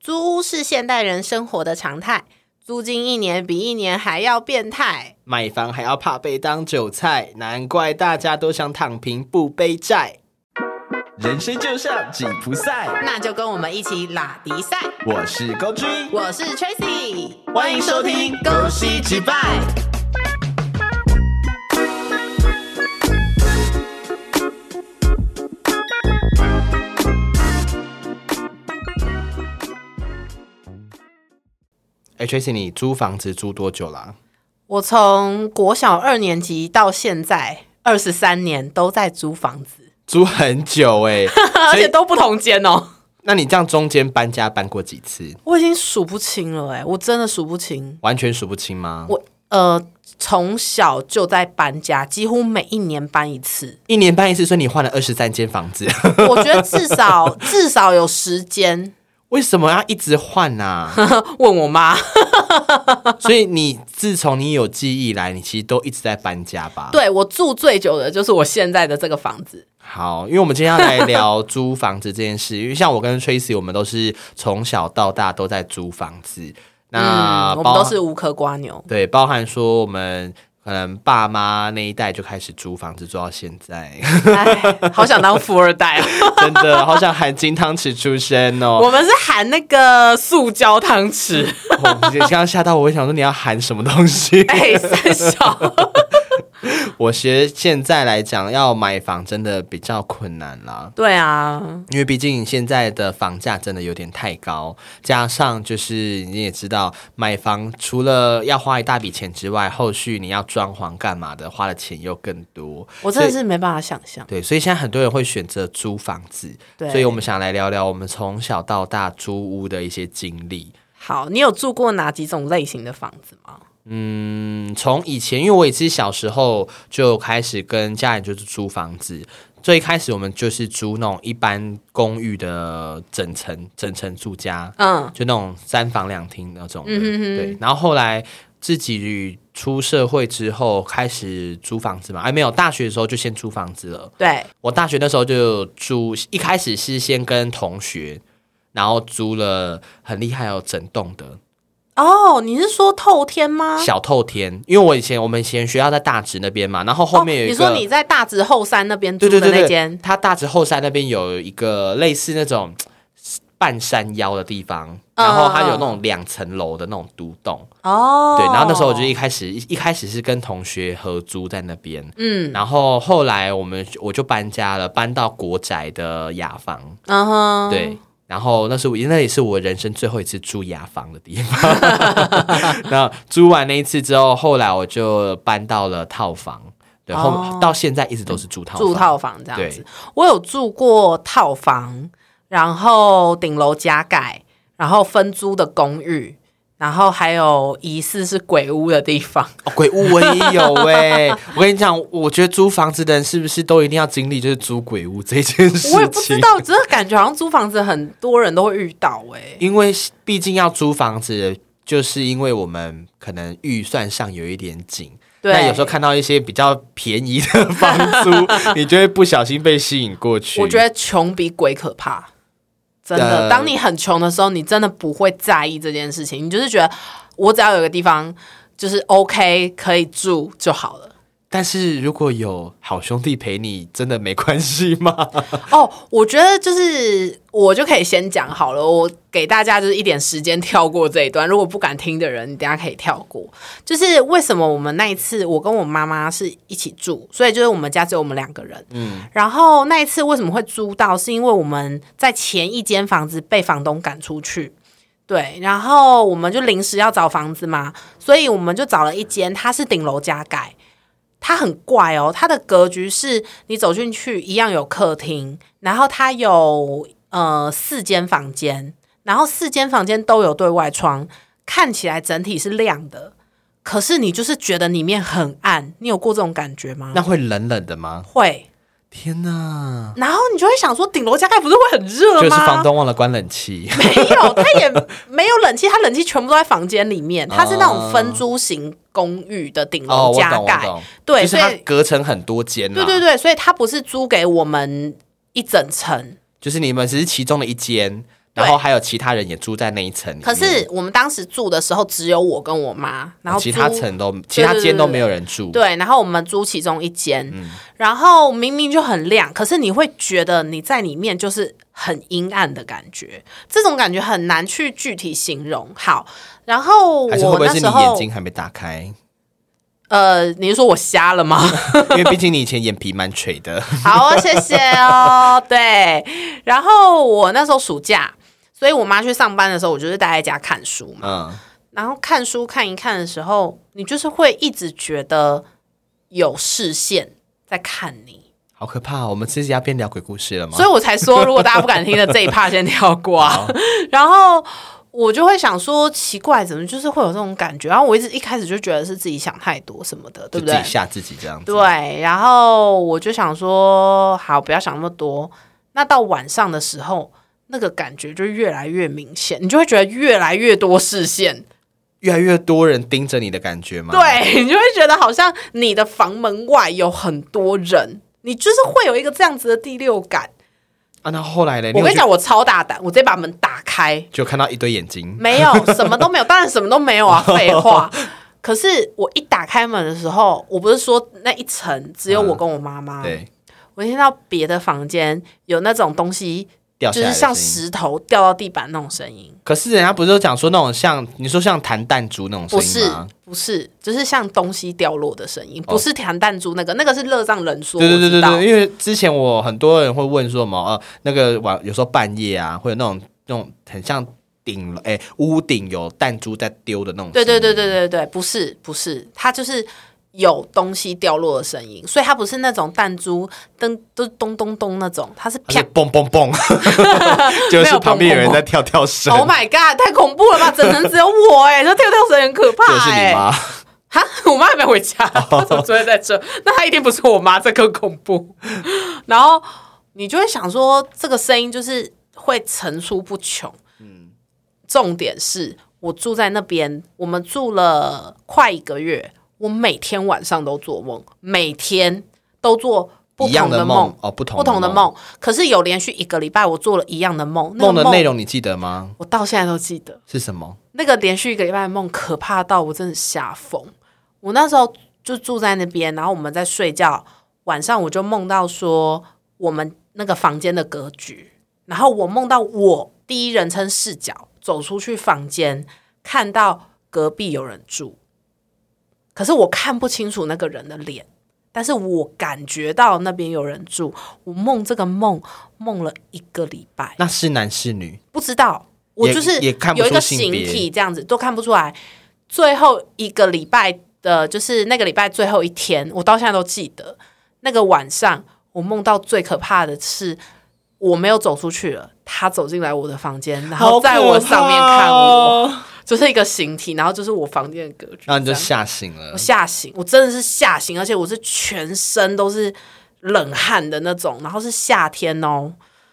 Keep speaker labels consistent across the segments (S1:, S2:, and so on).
S1: 租屋是现代人生活的常态，租金一年比一年还要变态。
S2: 买房还要怕被当韭菜，难怪大家都想躺平不背债。人生就像吉普赛，
S1: 那就跟我们一起拉迪赛。
S2: 我是高君，
S1: 我是 Tracy，
S2: 欢迎收听恭喜击败》。哎，Tracy，你租房子租多久啦、啊
S1: 我从国小二年级到现在二十三年都在租房子，
S2: 租很久 哎、
S1: 而
S2: 所
S1: 且
S2: 以
S1: 都不同间哦。
S2: 那你这样中间搬家搬过几次？
S1: 我已经数不清了、哎，我真的数不清。
S2: 完全数不清吗？
S1: 我呃，从小就在搬家，几乎每一年搬一次。
S2: 一年搬一次，所以你换了二十三间房子，
S1: 我觉得至少至少有时间
S2: 为什么要一直换啊？
S1: 问我妈。
S2: 所以你自从你有记忆以来，你其实都一直在搬家吧？。
S1: 对我住最久的就是我现在的这个房子。
S2: 好，因为我们今天要来聊租房子这件事，因为像我跟 Tracy，我们都是从小到大都在租房子，那
S1: 嗯，我们
S2: 啊包
S1: 都是无壳瓜 牛。
S2: 对，包含说我们可能爸妈那一代就开始租房子，租到现 在，
S1: 哎，好想当富二代啊！
S2: 真的好想含金汤匙出生 哦！
S1: 我们是含那个塑胶汤匙，
S2: 我哦刚刚吓到我，我想说你要含什么东 西？
S1: 哎，三 小。
S2: 我学现在来讲，要买房真的比较困难啦。
S1: 对啊，
S2: 因为毕竟现在的房价真的有点太高，加上就是你也知道，买房除了要花一大笔钱之外，后续你要装潢干嘛的，花的钱又更多。
S1: 我真的是没办法想象。
S2: 对，所以现在很多人会选择租房子，
S1: 对
S2: 所以我们想来聊聊我们从小到大租屋的一些经历。
S1: 好，你有住过哪几种类型的房子吗？
S2: 嗯，从以前，因为我也是小时候就开始跟家人就是租房子。最开始我们就是租那种一般公寓的整层整层住家，
S1: 嗯，
S2: 就那种三房两厅那种的，
S1: 嗯哼哼
S2: 对。然后后来自己出社会之后开始租房子嘛，哎，没有，大学的时候就先租房子了。
S1: 对，
S2: 我大学那时候就租，一开始是先跟同学，然后租了很厉害哦，整栋的
S1: 哦，你是说透天吗？
S2: 小透天，因为我以前我们以前学校在大直那边嘛，然后后面有
S1: 哦、
S2: 一
S1: 你
S2: 个。
S1: 说你在大直后山那边住
S2: 对
S1: 的
S2: 对
S1: 那
S2: 对
S1: 间
S2: 对，，它大直后山那边有一个类似那种嘖半山腰的地方，然后它有那种两层楼的那种独栋，
S1: 哦，
S2: 对，然后那时候我就一开始一一开始是跟同学合租在那边，
S1: 嗯
S2: 然后后来我们我就搬家了，搬到国宅的雅房，
S1: 嗯哼，
S2: 对。然后那是我，那也是我人生最后一次住雅房的地方。 那租完那一次之后，后来我就搬到了套房，对，后、
S1: 哦
S2: 到现在一直都是住套房。
S1: 住套房这样
S2: 对
S1: 子。我有住过套房，然后顶楼加盖，然后分租的公寓，然后还有疑似是鬼屋的地 方。
S2: 哦鬼屋我也有哎、我跟你讲，我觉得租房子的人是不是都一定要经历就是租鬼屋这件事情？
S1: 我也不知道，只是感觉好像租房子很多人都会遇到哎、
S2: 因为毕竟要租房子，就是因为我们可能预算上有一点紧。
S1: 对
S2: 那有时候看到一些比较便宜的房 租，你就会不小心被吸引过去。
S1: 我觉得穷比鬼可怕，真的。
S2: 呃
S1: 当你很穷的时候，你真的不会在意这件事情，你就是觉得我只要有个地方就是 OK 可以住就好了。
S2: 但是如果有好兄弟陪你，真的没关系 吗？
S1: 哦，我觉得就是我就可以先讲好了，我给大家就是一点时间跳过这一段。如果不敢听的人，你等一下可以跳过。就是为什么我们那一次我跟我妈妈是一起住，所以就是我们家只有我们两个人。嗯，然后那一次为什么会租到，是因为我们在前一间房子被房东赶出去。对，然后我们就临时要找房子嘛，所以我们就找了一间，它是顶楼加盖，它很怪哦，它的格局是你走进去一样有客厅，然后它有呃四间房间，然后四间房间都有对外窗，看起来整体是亮的，可是你就是觉得里面很暗，你有过这种感觉吗
S2: 那？会冷冷的吗？
S1: 会，
S2: 天哪！
S1: 然后你就会想说，顶楼加盖不是会很热吗？
S2: 就是房东忘了关冷气，
S1: 没有，它也没有冷气，它冷气全部都在房间里 面，它是那种分租型公寓的顶
S2: 哦，
S1: 楼
S2: 我
S1: 加
S2: 懂，我
S1: 盖，
S2: 懂，
S1: 对，
S2: 就是
S1: 所
S2: 它
S1: 以
S2: 隔成很多间啊啦、
S1: 对对，对，所以它不是租给我们一整层，
S2: 就是你们只是其中的一间，然后还有其他人也住在那一层里面。
S1: 可是我们当时住的时候，只有我跟我妈，然后
S2: 嗯哦其他
S1: 租
S2: 层都其他间都没有人住。
S1: 对，然后我们租其中一间，
S2: 嗯
S1: 然后明明就很亮，可是你会觉得你在里面就是很阴暗的感觉，这种感觉很难去具体形容。好，然后
S2: 还是会
S1: 我
S2: 不会
S1: 那
S2: 是
S1: 时
S2: 你眼
S1: 候，
S2: 睛还没打开？
S1: 呃，你是说我瞎了 吗？
S2: 因为毕竟你以前眼皮蛮 垂的，
S1: 好哦，谢谢哦。对，然后我那时候暑假，所以我妈去上班的时候，我就是待在家看书嘛。
S2: 嗯，
S1: 然后看书看一看的时候，你就是会一直觉得有视线在看你。
S2: 好可怕哦、我们自己要变聊鬼故事了吗
S1: 所？以我才说，如果大家不敢听的这一趴先跳过啊。 然后我就会想说，奇怪，怎么就是会有这种感觉？然后我一直一开始就觉得是自己想太多什么的，对不
S2: 就自
S1: 对
S2: 己？吓自己这样子。
S1: 对，然后我就想说，好，不要想那么多。那到晚上的时候，那个感觉就越来越明显，你就会觉得越来越多视线，
S2: 越来越多人盯着你的感觉吗？，
S1: 对 你就会觉得好像你的房门外有很多人，你就是会有一个这样子的第六感。
S2: 啊，那后来呢？
S1: 我跟
S2: 有
S1: 你
S2: 就
S1: 讲，我超大胆，我直接把门打开，
S2: 就看到一堆眼睛，
S1: 没有，什么都没有，当然什么都没有 啊，废话。可是我一打开门的时候，我不是说那一层只有我跟我妈妈，
S2: 对，
S1: 我听到别的房间有那种东西，
S2: 掉
S1: 就
S2: 下来
S1: 是
S2: 的
S1: 像
S2: 声音。
S1: 石头掉到地板那种声音，
S2: 可是人家不是都讲说那种像你说像弹弹珠那种
S1: 不
S2: 声
S1: 是
S2: 音吗？
S1: 不是，就是像东西掉落的声音，不是弹弹珠那个，那个是热胀冷缩，
S2: 哦对对对
S1: 我知
S2: 对对，
S1: 道
S2: 因为之前我很多人会问说什么呃，那个晚有时候半夜啊，会有那种那种很像顶哎、屋顶有弹珠在丢的那种，
S1: 对对对，对对对，不是不是，它就是有东西掉落的声音，所以它不是那种弹珠噔都咚咚咚那种，它是啪
S2: 它是嘣嘣 嘣，就是旁边有人在跳跳绳，
S1: Oh my god！太恐怖了吧！整层只有我哎、 这跳跳绳很可怕
S2: 就是
S1: 哎、
S2: 你妈，
S1: 哈， 我妈还没回家，她怎么昨天在这？ 那她一定不是我妈，这更恐怖。然后你就会想说，这个声音就是会层出不穷。
S2: 嗯
S1: 重点是我住在那边，我们住了快一个月，我每天晚上都做梦，每天都做哎不
S2: 一样
S1: 同
S2: 的
S1: 梦。
S2: 哦，不同
S1: 不同的
S2: 的，
S1: 梦，可是有连续一个礼拜，我做了一样的梦。那个
S2: 梦的内容你记得吗？
S1: 我到现在都记得。
S2: 是什么？
S1: 那个连续一个礼拜的梦可怕到我真的吓疯。我那时候就住在那边，然后我们在睡觉，晚上我就梦到说我们那个房间的格局，然后我梦到我第一人称视角走出去房间，看到隔壁有人住，可是我看不清楚那个人的脸。但是我感觉到那边有人住，我梦这个梦梦了一个礼拜，
S2: 那是男是女？
S1: 不知道，我
S2: 也
S1: 就是
S2: 也看不
S1: 有一
S2: 出
S1: 个
S2: 性
S1: 形
S2: 别
S1: 体这样子都看不出来。最后一个礼拜的，就是那个礼拜最后一天，我到现在都记得。那个晚上，我梦到最可怕的是，我没有走出去了，他走进来我的房间，然后
S2: 哦
S1: 在我上面看我，
S2: 好可怕哦，
S1: 就是一个形体，然后就是我房间的格局。
S2: 然后啊你
S1: 这
S2: 就
S1: 样
S2: 吓醒了
S1: 我。吓醒，我真的是吓醒，而且我是全身都是冷汗的那种，然后是夏天哦。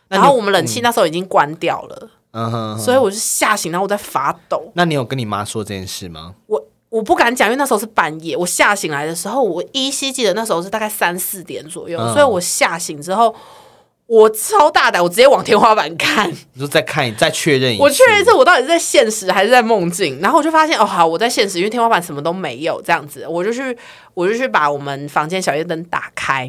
S2: 那
S1: 然
S2: 你
S1: 后我们冷气那时候已经关掉了，
S2: 嗯哼哼，
S1: 所以我就吓醒，然后我在发抖，
S2: 那你有跟你妈说这件事吗？
S1: 我我不敢讲，因为那时候是半夜，我吓醒来的时候，我依稀记得那时候是大概三四点左右，
S2: 嗯
S1: 所以我吓醒之后。我超大胆，我直接往天花板看，
S2: 你说再看，再确认一次。
S1: 我确认一次我到底是在现实还是在梦境，然后我就发现哦，好，我在现实，因为天花板什么都没有，这样子，我就去我就去把我们房间小夜灯打开，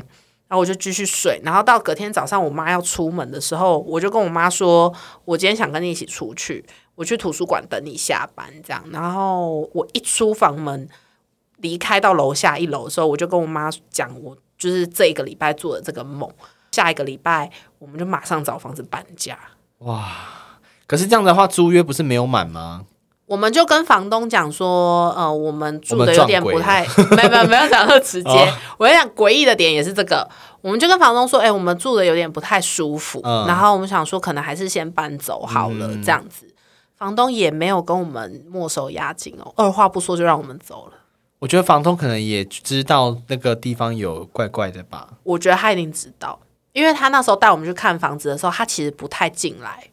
S1: 然后我就继续睡，然后到隔天早上我妈要出门的时候，我就跟我妈说，我今天想跟你一起出去，我去图书馆等你下班，这样，然后我一出房门。离开到楼下一楼的时候，我就跟我妈讲，我就是这一个礼拜做的这个梦，下一个礼拜我们就马上找房子搬家。
S2: 可是这样的话，租约不是没有满吗？
S1: 我们就跟房东讲说，呃，我们住
S2: 我
S1: 的
S2: 们
S1: 有
S2: 撞
S1: 点
S2: 鬼
S1: 不
S2: 了
S1: 太， 没有没有没有讲那么直接。
S2: 哦
S1: 我跟你讲，诡异的点也是这个，我们就跟房东说，哎、我们住的有点不太舒服，
S2: 嗯
S1: 然后我们想说，可能还是先搬走好了，这样子。房东也没有跟我们没收押金哦，二话不说就让我们走了。
S2: 我觉得房东可能也知道那个地方有怪怪的吧。
S1: 我觉得他一定知道，因为他那时候带我们去看房子的时候，他其实不太进来，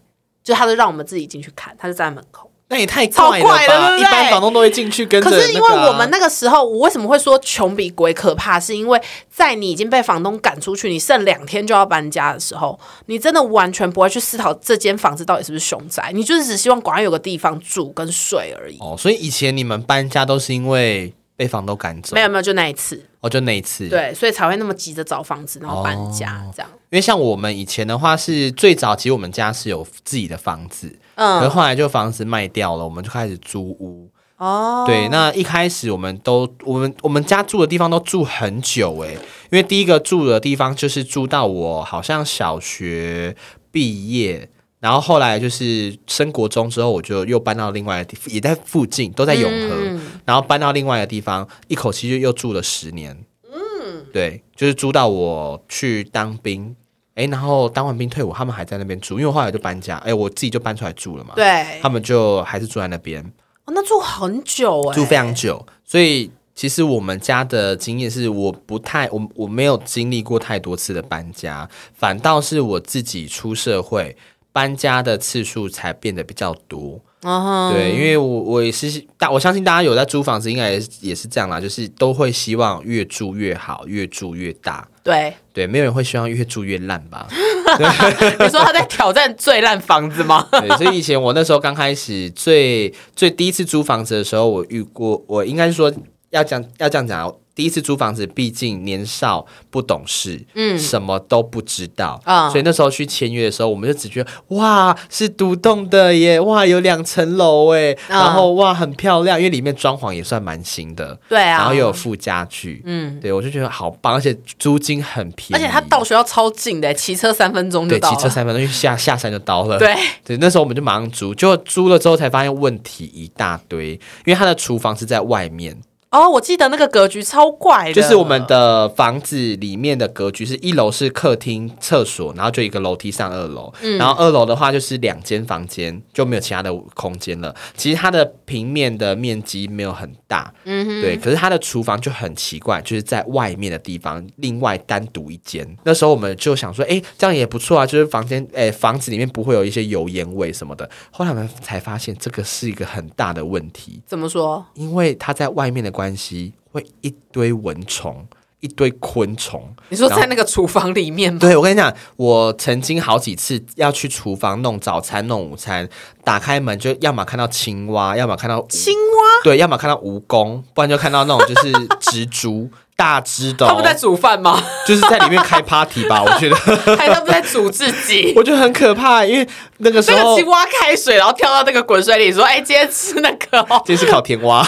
S1: 就他就让我们自己进去看，他就站在门口。
S2: 那也太
S1: 超
S2: 怪
S1: 怪的
S2: 吧！
S1: 对不
S2: 一
S1: 对
S2: 般房东都会进去跟着、
S1: 可
S2: 那个啊。
S1: 是因为我们那个时候，我为什么会说穷比鬼可怕？是因为在你已经被房东赶出去，你剩两天就要搬家的时候，你真的完全不会去思考这间房子到底是不是凶宅，你就是只希望赶快有个地方住跟睡而已。
S2: 哦，所以以前你们搬家都是因为被房东赶走，
S1: 没有没有，就那一次，
S2: 哦，就那一次。，
S1: 对，所以才会那么急着找房子，然后搬家、这样。
S2: 因为像我们以前的话是最早，其实我们家是有自己的房子，可是
S1: 嗯，
S2: 后来就房子卖掉了，我们就开始租屋。
S1: 哦，
S2: 对，那一开始我们都我们我们家住的地方都住很久诶、因为第一个住的地方就是住到我好像小学毕业。然后后来就是升国中之后，我就又搬到另外的地，也在附近，都在永和。
S1: 嗯
S2: 然后搬到另外一个地方，一口气就又住了十年。嗯，对，就是租到我去当兵，诶，然后当完兵退伍，他们还在那边住，因为我后来就搬家，诶，我自己就搬出来住了嘛。，
S1: 对，
S2: 他们就还是住在那边。
S1: 哦那住很久哎、
S2: 住非常久，所以其实我们家的经验是，我不太我我没有经历过太多次的搬家，反倒是我自己出社会搬家的次数才变得比较多。
S1: 嗯哼，
S2: 对，因为我我也是大，我相信大家有在租房子，应该也是也是这样啦，就是都会希望越住越好，越住越大。
S1: 对，
S2: 对，没有人会希望越住越烂吧？
S1: 你说他在挑战最烂房子吗？
S2: 对，所以以前我那时候刚开始最最第一次租房子的时候，我遇过，我应该是说要讲要这样讲啊，第一次租房子，毕竟年少不懂事，嗯，什么都不知道
S1: 啊
S2: 所以那时候去签约的时候，我们就只觉得哇是独栋的耶，哇有两层楼哎，
S1: 啊
S2: 然后哇很漂亮，因为里面装潢也算蛮新的，
S1: 对啊，
S2: 然后又有附家具，
S1: 嗯，
S2: 对我就觉得好棒，而且租金很便宜，
S1: 而且他到学校超近的，骑车三分钟就
S2: 对
S1: 到
S2: 骑
S1: 了。
S2: 车三分钟，因为下下山就到了，
S1: 对，
S2: 对，那时候我们就马上租，结果租了之后才发现问题一大堆，因为它的厨房是在外面，
S1: 哦，我记得那个格局超怪的，
S2: 就是我们的房子里面的格局是一楼是客厅、厕所，然后就一个楼梯上二楼，然后二楼的话就是两间房间，就没有其他的空间了。其实它的平面的面积没有很大，嗯对，可是它的厨房就很奇怪，就是在外面的地方另外单独一间。那时候我们就想说，哎，这样也不错啊，就是房间，哎，房子里面不会有一些油烟味什么的。后来我们才发现这个是一个很大的问题，
S1: 怎么说？
S2: 因为它在外面的关系，会一堆蚊虫，一堆昆虫。
S1: 你说
S2: 然后
S1: 在那个厨房里面吗？
S2: 对，我跟你讲，我曾经好几次要去厨房弄早餐、弄午餐，打开门就要么看到青蛙，要么看到
S1: 青蛙，
S2: 对，要么看到蜈蚣，不然就看到那种就是蜘蛛，大只的、
S1: 他们在
S2: 哦，
S1: 煮饭 吗？
S2: 就是在里面开 party 吧，我觉得，
S1: 还是他们在煮自己？
S2: 我觉得很可怕，因为那个时
S1: 那个
S2: 候
S1: 青蛙开水，然后跳到那个滚水里，说：“哎、今天吃那个 哦。
S2: 这是烤甜 蛙。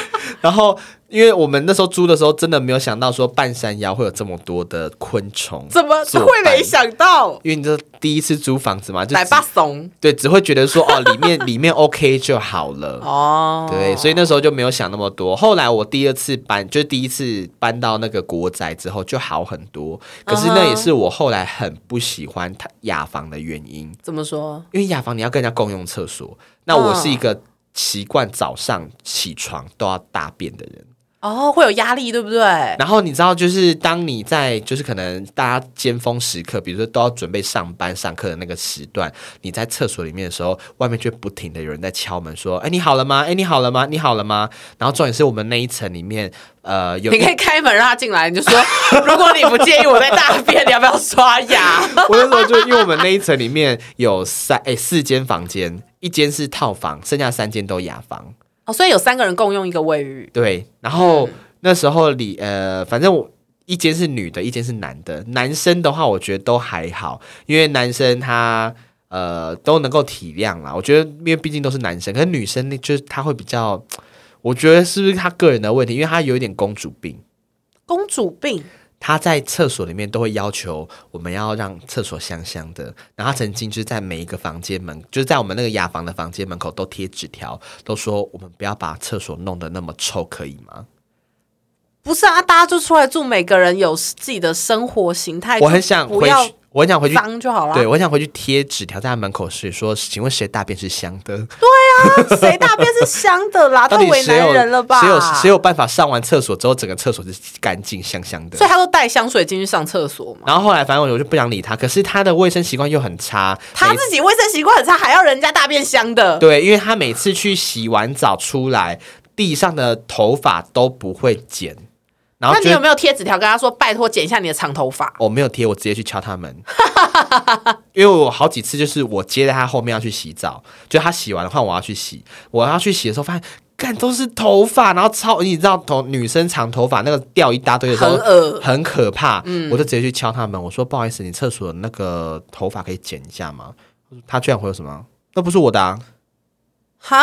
S2: 然后，因为我们那时候租的时候，真的没有想到说半山腰会有这么多的昆虫”，
S1: 怎么会没？想到？
S2: 因为你这第一次租房子嘛，就
S1: 奶
S2: 只
S1: 爸怂
S2: 对，只会觉得说 哦，里面里面 OK 就好了。
S1: 哦，
S2: 对，所以那时候就没有想那么多。后来我第二次搬，就是第一次搬到那个国宅之后就好很多。可是
S1: 嗯
S2: 那也是我后来很不喜欢它雅房的原因。
S1: 怎么说？
S2: 因为雅房你要跟人家共用厕所，那我是一个习惯早上起床都要大便的人。
S1: 哦，会有压力，对不对？
S2: 然后你知道，就是当你在就是可能大家尖峰时刻，比如说都要准备上班上课的那个时段，你在厕所里面的时候，外面就不停的有人在敲门说：“哎，你好了吗？哎，你好了吗？你好了吗？”然后重点是我们那一层里面，呃，有
S1: 你可以开门让他进来，你就说：“如果你不介意我在大便，你要不要刷 牙
S2: 我那时候就因为我们那一层里面有三哎四间房间，一间是套房，剩下三间都雅房。？”
S1: 哦，所以有三个人共用一个卫浴。
S2: 对，然后、那时候里呃，反正我一间是女的，一间是男的。男生的话，我觉得都还好，因为男生他呃都能够体谅啦。我觉得，因为毕竟都是男生，可是女生那就是她会比较，我觉得是不是她个人的问题，因为她有一点公主病。
S1: 公主病，
S2: 她在厕所里面都会要求我们要让厕所香香的，然后她曾经就是在每一个房间门，就是在我们那个雅房的房间门口都贴纸条，都说我们不要把厕所弄得那么臭，可以吗？
S1: 不是啊，大家就出来住，每个人有自己的生活形态。
S2: 我很想
S1: 哎就不
S2: 回
S1: 要
S2: 去，我很想回去，
S1: 脏就好了。
S2: 对我很想回去贴纸条在他门口是说，请问谁大便是香的？对啊，
S1: 啊，谁大便是香的啦？太
S2: 到底
S1: 为
S2: 谁
S1: 难
S2: 有
S1: 人了吧？
S2: 谁有谁有办法上完厕所之后，整个厕所是干净香香的
S1: 所？以他都带香水进去上厕所嘛。
S2: 然后后来，反正我就不想理他。可是他的卫生习惯又很差，
S1: 他
S2: 每
S1: 自己卫生习惯很差，还要人家大便香的。
S2: 对，因为他每次去洗完澡出来，地上的头发都不会剪，然
S1: 那
S2: 后
S1: 你
S2: 就
S1: 有没有贴纸条跟他说，拜托剪一下你的长头发？
S2: 我哦没有贴，我直接去敲他门， 因为我好几次就是我接在他后面要去洗澡，就他洗完的话我要去洗，我要去洗的时候发现。干都是头发，然后超你知道头女生长头发那个掉一大堆的时候
S1: 很恶嗯
S2: 很可怕，我就直接去敲他门，我说不好意思，你厕所那个头发可以剪一下吗？他居然回我什么？那不是我的啊！
S1: 哈，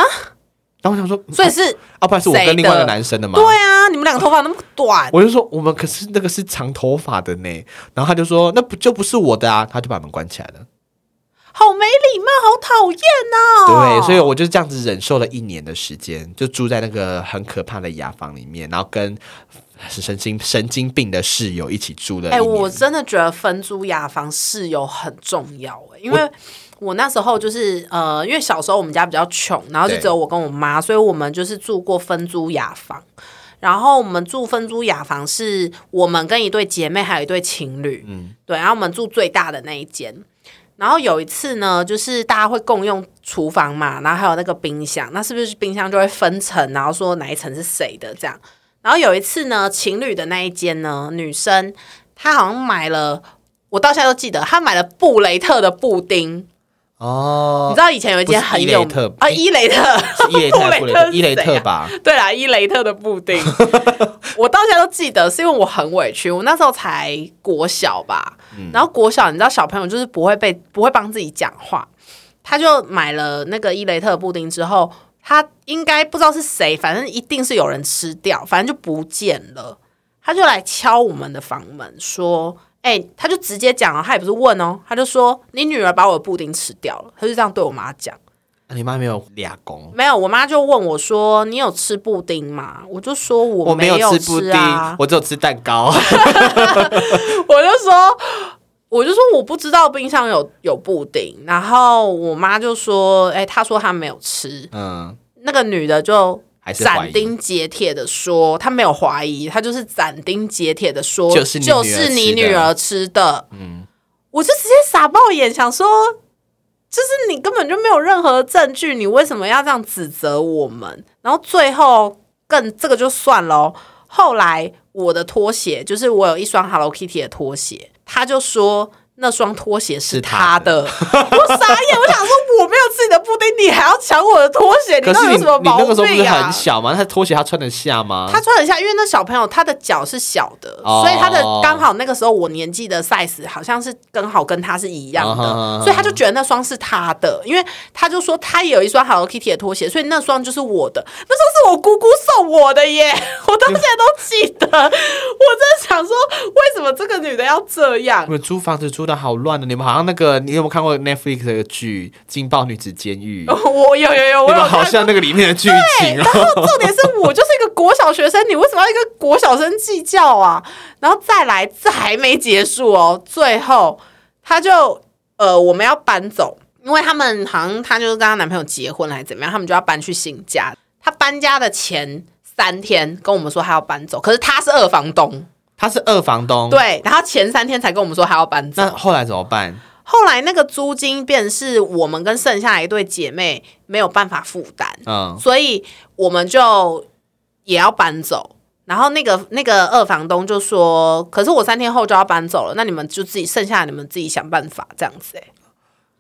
S2: 然后我想说，
S1: 所以是
S2: 啊，不然是我
S1: 谁
S2: 跟另外一
S1: 的
S2: 个男生的嘛。
S1: 对啊，你们两个头发那么短，
S2: 我就说我们可是那个是长头发的呢，然后他就说那不就不是我的啊，他就把门关起来了。
S1: 好没礼貌，好讨厌哦。
S2: 对，所以我就这样子忍受了一年的时间，就住在那个很可怕的雅房里面，然后跟神经神经病的室友一起住了一
S1: 哎、
S2: 年。
S1: 我真的觉得分租雅房室友很重要哎、因为我那时候就是呃，因为小时候我们家比较穷，然后就
S2: 对
S1: 只有我跟我妈，所以我们就是住过分租雅房。然后我们住分租雅房，是我们跟一对姐妹还有一对情侣，嗯，对，然后我们住最大的那一间。然后有一次呢，就是大家会共用厨房嘛，然后还有那个冰箱，那是不是冰箱就会分层，然后说哪一层是谁的这样？然后有一次呢，情侣的那一间呢，女生她好像买了，我到现在都记得，她买了布雷特的布丁。你
S2: 哦，
S1: 知道以前有一间很有
S2: 不是伊雷特
S1: 啊，伊雷特，
S2: 是伊雷特还是布雷特，伊
S1: 布雷特是谁
S2: 雷特
S1: 啊
S2: 吧？
S1: 对啦，伊雷特的布 丁，我到现在都记得，是因为我很委屈，我那时候才国小吧，
S2: 嗯
S1: 然后国小你知道小朋友就是不会被不会帮自己讲话，他就买了那个伊雷特的布丁之后，他应该不知道是谁，反正一定是有人吃掉，反正就不见了，他就来敲我们的房门说。哎、他就直接讲了，他也不是问哦，他就说你女儿把我的布丁吃掉了，他就这样对我妈讲。
S2: 啊你妈没有俩公。
S1: 没有，我妈就问我说：“你有吃布丁吗？”我就说我
S2: 我没有
S1: 有
S2: 吃布丁，
S1: 啊，
S2: 我只有吃蛋 糕。
S1: 我就说。我就说我不知道冰箱有有布丁，然后我妈就说：“哎、她说她没有吃。
S2: 嗯，”
S1: 那个女的就
S2: 还是怀
S1: 斩
S2: 疑
S1: 钉截铁的说：“她没有怀疑，她就是斩钉截铁的说，
S2: 就是你女儿
S1: 就是你
S2: 吃的
S1: 女儿吃的。”嗯，我就直接傻爆眼，想说，就是你根本就没有任何证据，你为什么要这样指责我们？然后最后更这个就算喽。后来我的拖鞋，就是我有一双 Hello Kitty 的拖鞋，他就说那双拖鞋是
S2: 是
S1: 他
S2: 他
S1: 的， 我傻眼，我想说我没有自己的布丁，你还要抢我的拖鞋，你
S2: 可
S1: 到
S2: 是
S1: 底有
S2: 你
S1: 什么
S2: 你
S1: 毛
S2: 那个时候不是
S1: 病啊
S2: 很？小吗？那他拖鞋他穿得下吗？
S1: 他穿得下，因为那小朋友他的脚是小的，
S2: 哦
S1: 所以他的刚好那个时候我年纪的 size 好像是刚好跟他是一样的，
S2: 啊哈啊哈
S1: 所以他就觉得那双是他的，因为他就说他也有一双 Hello Kitty 的拖鞋，所以那双就是我的，那双是我姑姑送我的耶， 我到现在都记得，我真的想说为什么这个女的要这样
S2: 你？们租房子租的好乱的，你们好像那个，你有没有看过 Netflix 的剧《劲爆女子监狱》？
S1: 我有有有，我
S2: 你
S1: 有
S2: 们
S1: 看
S2: 好像那个里面的剧情
S1: 然
S2: 哦。
S1: 后重点是我就是一个国小学生，你为什么要一个国小生计较啊？然后再来，这还没结束哦，最后他就呃，我们要搬走，因为他们好像她就是跟她男朋友结婚了还是怎么样，他们就要搬去新家。她搬家的前三天跟我们说她要搬走，可是她是二房东，
S2: 他是二房 东，。
S1: 对，然后前三天才跟我们说她要搬走
S2: 那。后来怎么办？
S1: 后来那个租金便是我们跟剩下一对姐妹没有办法负担，
S2: 嗯，
S1: 所以我们就也要搬走。然后那个那个二房东就说：“可是我三天后就要搬走了，那你们就自己剩下的你们自己想办法这样子、欸。”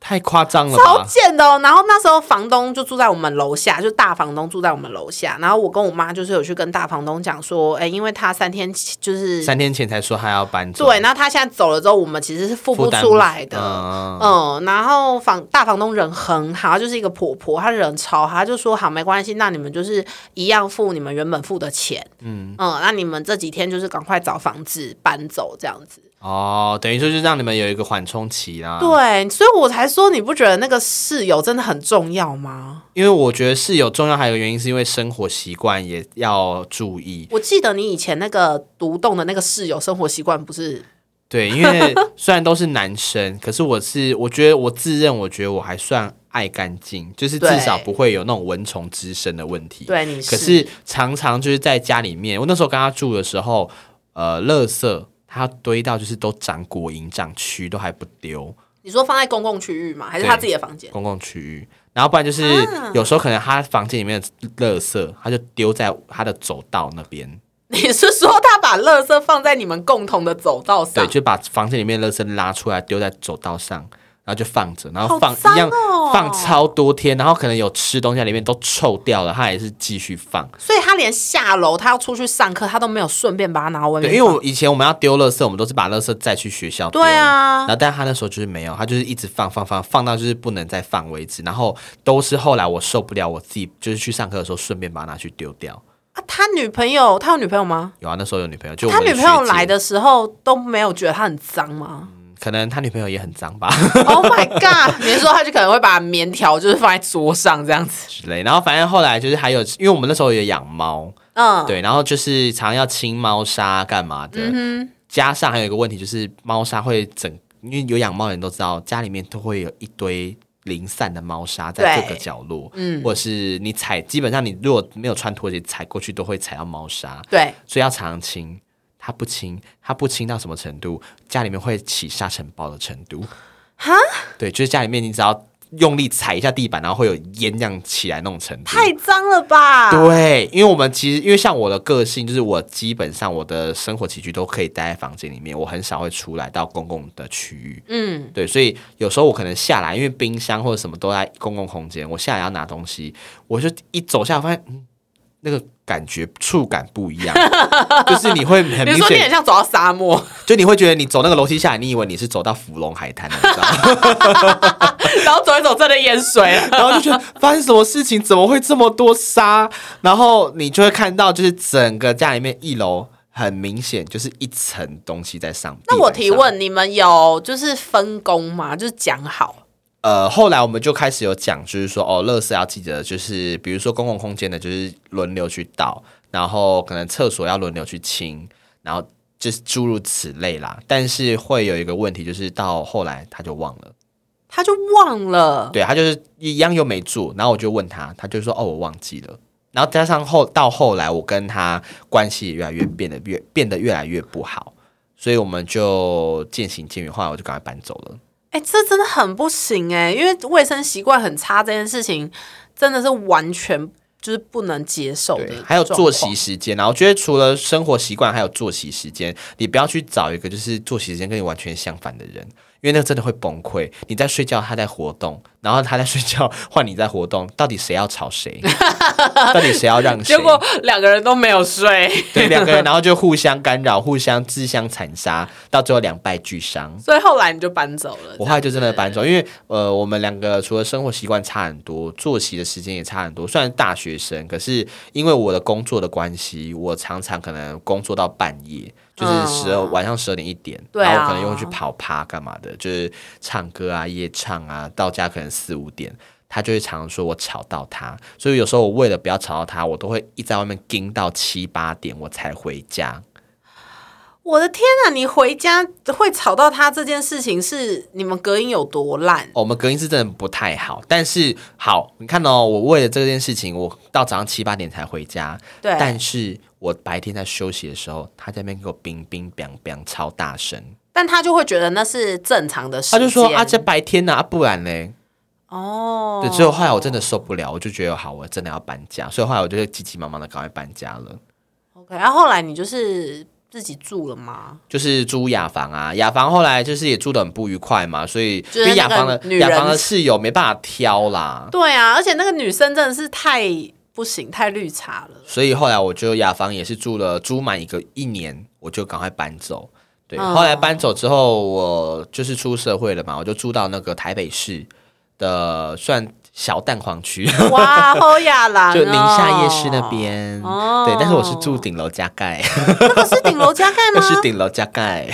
S2: 太夸张了
S1: 超
S2: 吧？
S1: 贱的哦！然后那时候房东就住在我们楼下，就大房东住在我们楼下。然后我跟我妈就是有去跟大房东讲说：“哎、因为他三天就是
S2: 三天前才说他要搬走，
S1: 对，，那他现在走了之后，我们其实是付不
S2: 负担
S1: 出来的。
S2: 嗯
S1: 嗯，然后房大房东人很好，她就是一个婆婆，她人超好，她就说好没关系，那你们就是一样付你们原本付的钱，嗯那你们这几天就是赶快找房子搬走这样子。
S2: 哦，等于说就是让你们有一个缓冲期啦。，
S1: 对，啊所以我才说你不觉得那个室友真的很重要吗？
S2: 因为我觉得室友重要，还有一个原因是因为生活习惯也要注意。
S1: 我记得你以前那个独栋的那个室友生活习惯不是
S2: 对，因为虽然都是男生，可是我是我觉得我自认我觉得我还算爱干净，就是至
S1: 对
S2: 少不会有那种蚊虫滋生的问题。
S1: 对，你
S2: 可是常常就是在家里面，我那时候跟他住的时候，呃，垃圾他堆到就是都长果蝇、长蛆，都还不丢
S1: 你说放在公共区域吗？还是
S2: 对
S1: 他自己的房间？
S2: 公共区域。然后不然就是
S1: 啊
S2: 有时候可能他房间里面的垃圾，他就丢在他的走道那边，
S1: 你是说他把垃圾放在你们共同的走道
S2: 对，
S1: 上？
S2: 就把房间里面的垃圾拉出来丢在走道上，然后就放着，然后
S1: 好
S2: 放、
S1: 脏
S2: 一样
S1: 哦
S2: 放超多天，然后可能有吃东西在里面都臭掉了，他也是继续放。
S1: 所以他连下楼，他要出去上课，他都没有顺便把它拿到外面放。
S2: 对，因为我以前我们要丢垃圾，我们都是把垃圾再去学校丢。
S1: 对啊
S2: 然后但他那时候就是没有，他就是一直放放放，放到就是不能再放为止。然后都是后来我受不了，我自己就是去上课的时候顺便把它拿去丢掉。
S1: 啊，他女朋友，他有女朋友吗？
S2: 有啊，那时候有女朋友，就我
S1: 他
S2: 们
S1: 女朋友
S2: 学姐
S1: 来，的时候都没有觉得他很脏吗
S2: 可能他女朋友也很脏吧
S1: ？Oh my god！你是说他就可能会把棉条就是放在桌上这样子？
S2: 之类。然后反正后来就是还有，因为我们那时候有养猫，
S1: 嗯，
S2: 对，然后就是常要清猫砂干嘛的，加上还有一个问题就是猫砂会整，因为有养猫的人都知道，家里面都会有一堆零散的猫砂在各个
S1: 对
S2: 角落，嗯，或者是你踩，基本上你如果没有穿拖鞋踩过去，都会踩到猫砂，
S1: 对，
S2: 所以要常清。它不清，它不清到什么程度？家里面会起沙尘暴的程度。
S1: 哈，
S2: 对，就是家里面你只要用力踩一下地板，然后会有烟这样起来那种程度。
S1: 太脏了吧？
S2: 对，因为我们其实因为像我的个性，就是我基本上我的生活起居都可以待在房间里面，我很少会出来到公共的区域。
S1: 嗯，
S2: 对，所以有时候我可能下来，因为冰箱或者什么都在公共空间，我下来要拿东西，我就一走下来发现，嗯，那个感觉触感不一样，就是你会很
S1: 你
S2: 明
S1: 说你很
S2: 显，
S1: 像走到沙漠，
S2: 就你会觉得你走那个楼梯下来，你以为你是走到芙蓉海滩了，你知道吗？
S1: 然后走一走，真的淹水了。
S2: 然后就觉得发生什么事情，怎么会这么多沙？然后你就会看到，就是整个家里面一楼很明显就是一层东西在上。
S1: 那我
S2: 地
S1: 提
S2: 板上，
S1: 问，你们有就是分工吗？就是讲好，
S2: 呃，后来我们就开始有讲，就是说哦，垃圾要记得，就是比如说公共空间的，就是轮流去倒，然后可能厕所要轮流去清，然后就是诸如此类啦。但是会有一个问题，就是到后来他就忘了。
S1: 他就忘了。
S2: 对他就是一样又没做，然后我就问他，他就说哦我忘记了，然后加上后到后来我跟他关系也越来越变得越变得越来越不好，所以我们就渐行渐远，后来我就赶快搬走了。
S1: 哎、这真的很不行哎、因为卫生习惯很差这件事情，真的是完全就是不能接受的
S2: 对
S1: 状，况。
S2: 还有作息时间，然后我觉得除了生活习惯，还有作息时间，你不要去找一个就是作息时间跟你完全相反的人，因为那个真的会崩溃。你在睡觉，他在活动，然后他在睡觉，换你在活动，到底谁要吵谁？到底谁要让 谁？
S1: 结果两个人都没有睡，
S2: 对，两个人然后就互相干扰、互相自相残杀，到最后两败俱伤。
S1: 所以后来你就搬走了。
S2: 我后来就真的搬走，因为呃，我们两个除了生活习惯差很多，作息的时间也差很多。虽然大学生，可是因为我的工作的关系，我常常可能工作到半夜，就是
S1: 嗯
S2: 十二、晚上十二点一点，
S1: 对啊
S2: 然后我可能又会去跑趴干嘛的，就是唱歌啊、夜唱啊，到家可能四五点。他就会常说我吵到他，所以有时候我为了不要吵到他，我都会一直在外面盯到七八点我才回家。
S1: 我的天啊！你回家会吵到他这件事情，是你们隔音有多烂？
S2: 哦我们隔音是真的不太好，但是好，你看哦，我为了这件事情，我到早上七八点才回家，
S1: 对
S2: 但是我白天在休息的时候，他在那边给我冰冰冰冰超大声，
S1: 但他就会觉得那是正常的事。
S2: 他就说啊，这白天呐、啊，不然嘞，
S1: 哦，
S2: 对，所以后来我真的受不了，我就觉得好，我真的要搬家，所以后来我就急急忙忙的赶快搬家了。
S1: OK，然、后后来你就是自己住了吗？
S2: 就是租雅房啊，雅房后来就是也住的很不愉快嘛，所以
S1: 就是
S2: 因为雅
S1: 那个
S2: 房的
S1: 女
S2: 雅
S1: 人
S2: 房的室友没办法挑啦，
S1: 对啊，而且那个女生真的是太不行，太绿茶了。
S2: 所以后来我就雅房也是住了租满一个一年，我就赶快搬走。对，
S1: 嗯
S2: 后来搬走之后，我就是出社会了嘛，我就住到那个台北市的算小蛋黄 区，
S1: 哇，好雅兰、哦，
S2: 就宁夏夜市那。边。
S1: 哦
S2: 对，但是我是住顶楼加 盖，
S1: 那个是顶楼加盖吗
S2: 我？是顶楼加盖。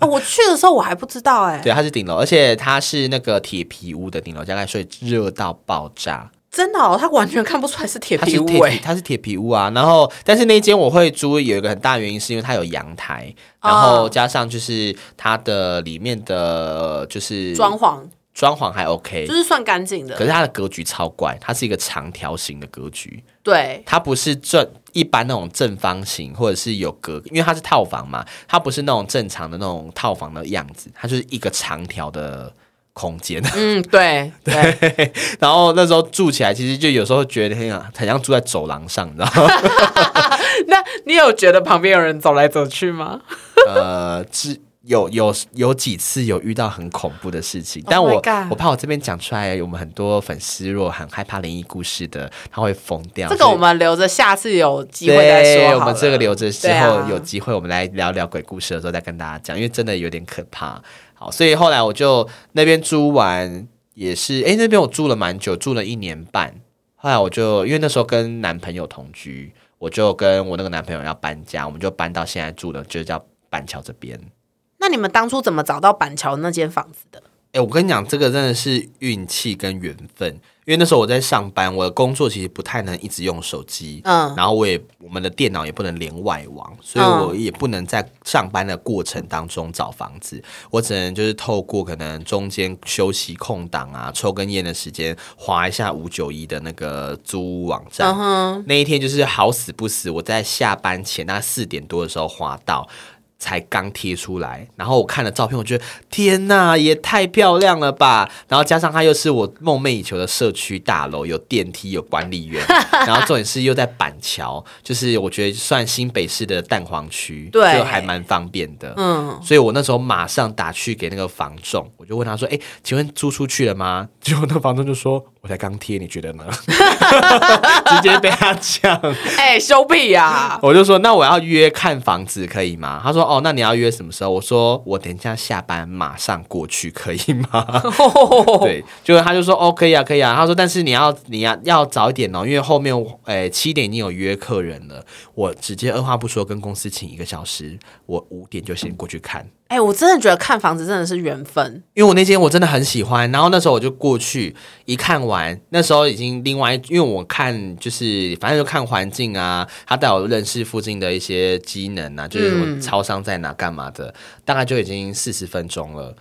S1: 哦我去的时候我还不知道哎、
S2: 对，啊它是顶楼，而且它是那个铁皮屋的顶楼加盖，所以热到爆炸。
S1: 真的哦，他完全看不出来是铁
S2: 它是
S1: 皮屋
S2: 铁
S1: 哎、
S2: 皮，它是铁皮屋啊。然后，但是那一间我会租，有一个很大原因是因为它有阳台，然后
S1: 哦
S2: 加上就是它的里面的就是
S1: 装潢
S2: 装潢还 OK，
S1: 就是算干净的。
S2: 可是它的格局超怪，它是一个长条形的格局，
S1: 对，
S2: 它不是正一般那种正方形或者是有格，因为它是套房嘛，它不是那种正常的那种套房的样子，它就是一个长条的空间。
S1: 嗯，对对，
S2: 然后那时候住起来，其实就有时候觉得很像很像住在走廊上，你知道吗？
S1: 那你有觉得旁边有人走来走去吗？
S2: 呃，是有有有几次有遇到很恐怖的事情，但
S1: Oh
S2: 我
S1: my God
S2: 我怕我这边讲出来，我们很多粉丝如果很害怕灵异故事的，他会疯掉。
S1: 这个
S2: 所以
S1: 我们留着下次有机会再说
S2: 对，
S1: 好
S2: 我
S1: 了。
S2: 们这个留着之
S1: 对
S2: 后
S1: 啊
S2: 有机会我们来聊聊鬼故事的时候再跟大家讲，因为真的有点可怕。好，所以后来我就那边租完也是，诶，那边我住了蛮久，住了一年半。后来我就因为那时候跟男朋友同居，我就跟我那个男朋友要搬家，我们就搬到现在住的就是叫板桥这边。
S1: 那你们当初怎么找到板桥那间房 子的？
S2: 哎、我跟你讲，这个真的是运气跟缘分。因为那时候我在上班，我的工作其实不太能一直用手机，
S1: 嗯
S2: 然后我也我们的电脑也不能连外网，所以
S1: 嗯
S2: 我也不能在上班的过程当中找房子，我只能就是透过可能中间休息空档啊，抽根烟的时间，划一下五九一的那个租屋网站，
S1: 嗯哼，
S2: 那一天就是好死不死，我在下班前大概四点多的时候滑到。才刚贴出来，然后我看了照片，我觉得天呐，也太漂亮了吧！然后加上它又是我梦寐以求的社区大楼，有电梯，有管理 员，然后重点是又在板桥，就是我觉得算新北市的蛋黄区，
S1: 对
S2: 就还蛮方便的。
S1: 嗯，
S2: 所以我那时候马上打去给那个房仲，我就问他说：“哎、请问租出去了吗？” 结果那房仲就说：“我才刚贴，你觉得呢？” 直接被他讲，
S1: 哎、修屁呀、
S2: 我就说：“那我要约看房子可以吗？”他说：“哦，那你要约什么时候？”我说：“我等一下下班马上过去，可以吗？” 对，就是他就说哦，可以啊，可以啊。他说，但是你要你要要早一点哦，因为后面诶七、点已经有约客人了。我直接二话不说跟公司请一个小时，我五点就先过去看。
S1: 哎、我真的觉得看房子真的是缘分。
S2: 因为我那间我真的很喜欢，然后那时候我就过去一看完，那时候已经另外，因为我看就是反正就看环境啊，他带我认识附近的一些机能啊，就是什么超商在哪干嘛的，大概就已经四十分钟了。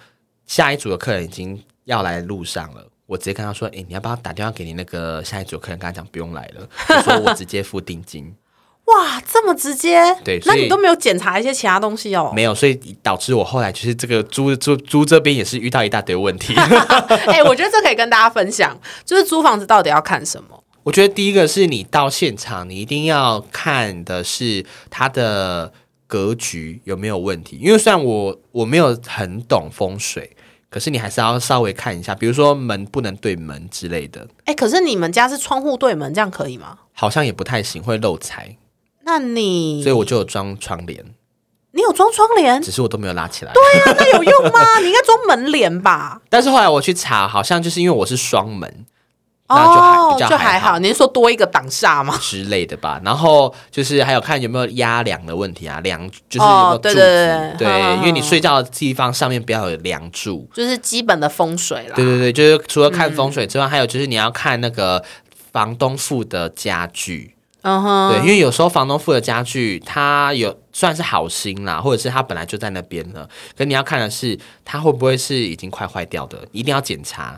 S2: 下一组的客人已经要来路上了，我直接跟他说：“哎、你要不要打电话给你那个下一组的客人？”跟他讲不用来了，我说我直接付定金。
S1: 哇，这么直接？
S2: 对所
S1: 那
S2: 以
S1: 你都没有检查一些其他东西哦？
S2: 没有，所以导致我后来就是这个租租租这边也是遇到一大堆问题。
S1: 哎、我觉得这可以跟大家分享，就是租房子到底要看什么？
S2: 我觉得第一个是你到现场，你一定要看的是它的格局有没有问题。因为虽然我我没有很懂风水，可是你还是要稍微看一下，比如说门不能对门之类的，
S1: 哎、可是你们家是窗户对门，这样可以吗？
S2: 好像也不太行，会漏财。
S1: 那你，
S2: 所以我就有装窗帘，
S1: 你有装窗帘？
S2: 只是我都没有拉起来。
S1: 对呀、那有用吗？你应该装门帘吧？
S2: 但是后来我去查，好像就是因为我是双门那就还
S1: 哦
S2: 比，较
S1: 就
S2: 还好
S1: 好。你是说多一个挡煞吗？
S2: 之类的吧，然后就是还有看有没有压梁的问题啊，梁就是有没有
S1: 哦
S2: 柱
S1: 对
S2: 子，
S1: 对对
S2: 对
S1: 好好好
S2: 因为你睡觉的地方上面不要有梁柱，
S1: 就是基本的风水啦。
S2: 对对对，就是除了看
S1: 嗯
S2: 风水之外，还有就是你要看那个房东付的家具。
S1: 嗯哼，
S2: 对，因为有时候房东付的家具，他有算是好心啦，或者是他本来就在那边了。可你要看的是，他会不会是已经快坏掉的，一定要检查，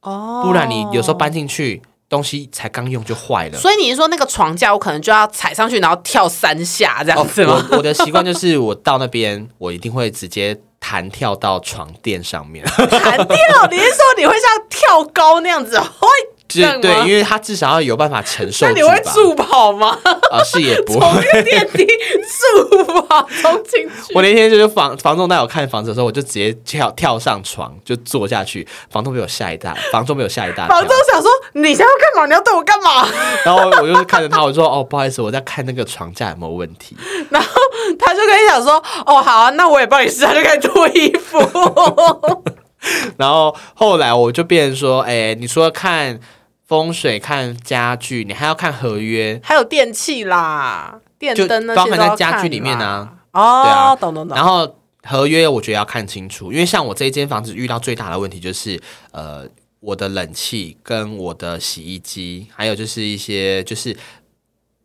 S1: 哦，
S2: 不然你有时候搬进去东西才刚用就坏了。
S1: 所以 你是说那个床架，我可能就要踩上去，然后跳三下这
S2: 哦
S1: 样子吗？
S2: 我我的习惯就是，我到那边，我一定会直接弹跳到床垫上面。
S1: 弹跳？你是说你会像跳高那样子？会这
S2: 就
S1: 样吗？
S2: 对，因为他至少要有办法承受
S1: 那
S2: 住
S1: 你会
S2: 吧？
S1: 助跑吗？
S2: 啊、是也不
S1: 从
S2: 会。
S1: 那个电梯助跑冲进去？
S2: 我那天就是房房东带我看房子的时候，我就直接跳跳上床就坐下去，房东被我吓一大，房东被我吓一大跳
S1: 房东想说你想要干嘛？你要对我干嘛？
S2: 然后我就是看着他，我说哦，不好意思，我在看那个床架有没有问题。
S1: 然后他就跟你讲说哦好啊，那我也帮你试，他就开始脱衣服。
S2: 然后后来我就变成说，哎，你说看风水、看家具，你还要看合约，
S1: 还有电器啦，电
S2: 就
S1: 灯那
S2: 包
S1: 些
S2: 含
S1: 都
S2: 在
S1: 要
S2: 家
S1: 看
S2: 具里面
S1: 啦
S2: 啊。对啊
S1: 哦，懂懂懂。
S2: 然后合约我觉得要看清楚，因为像我这一间房子遇到最大的问题就是，呃，我的冷气跟我的洗衣机，还有就是一些就是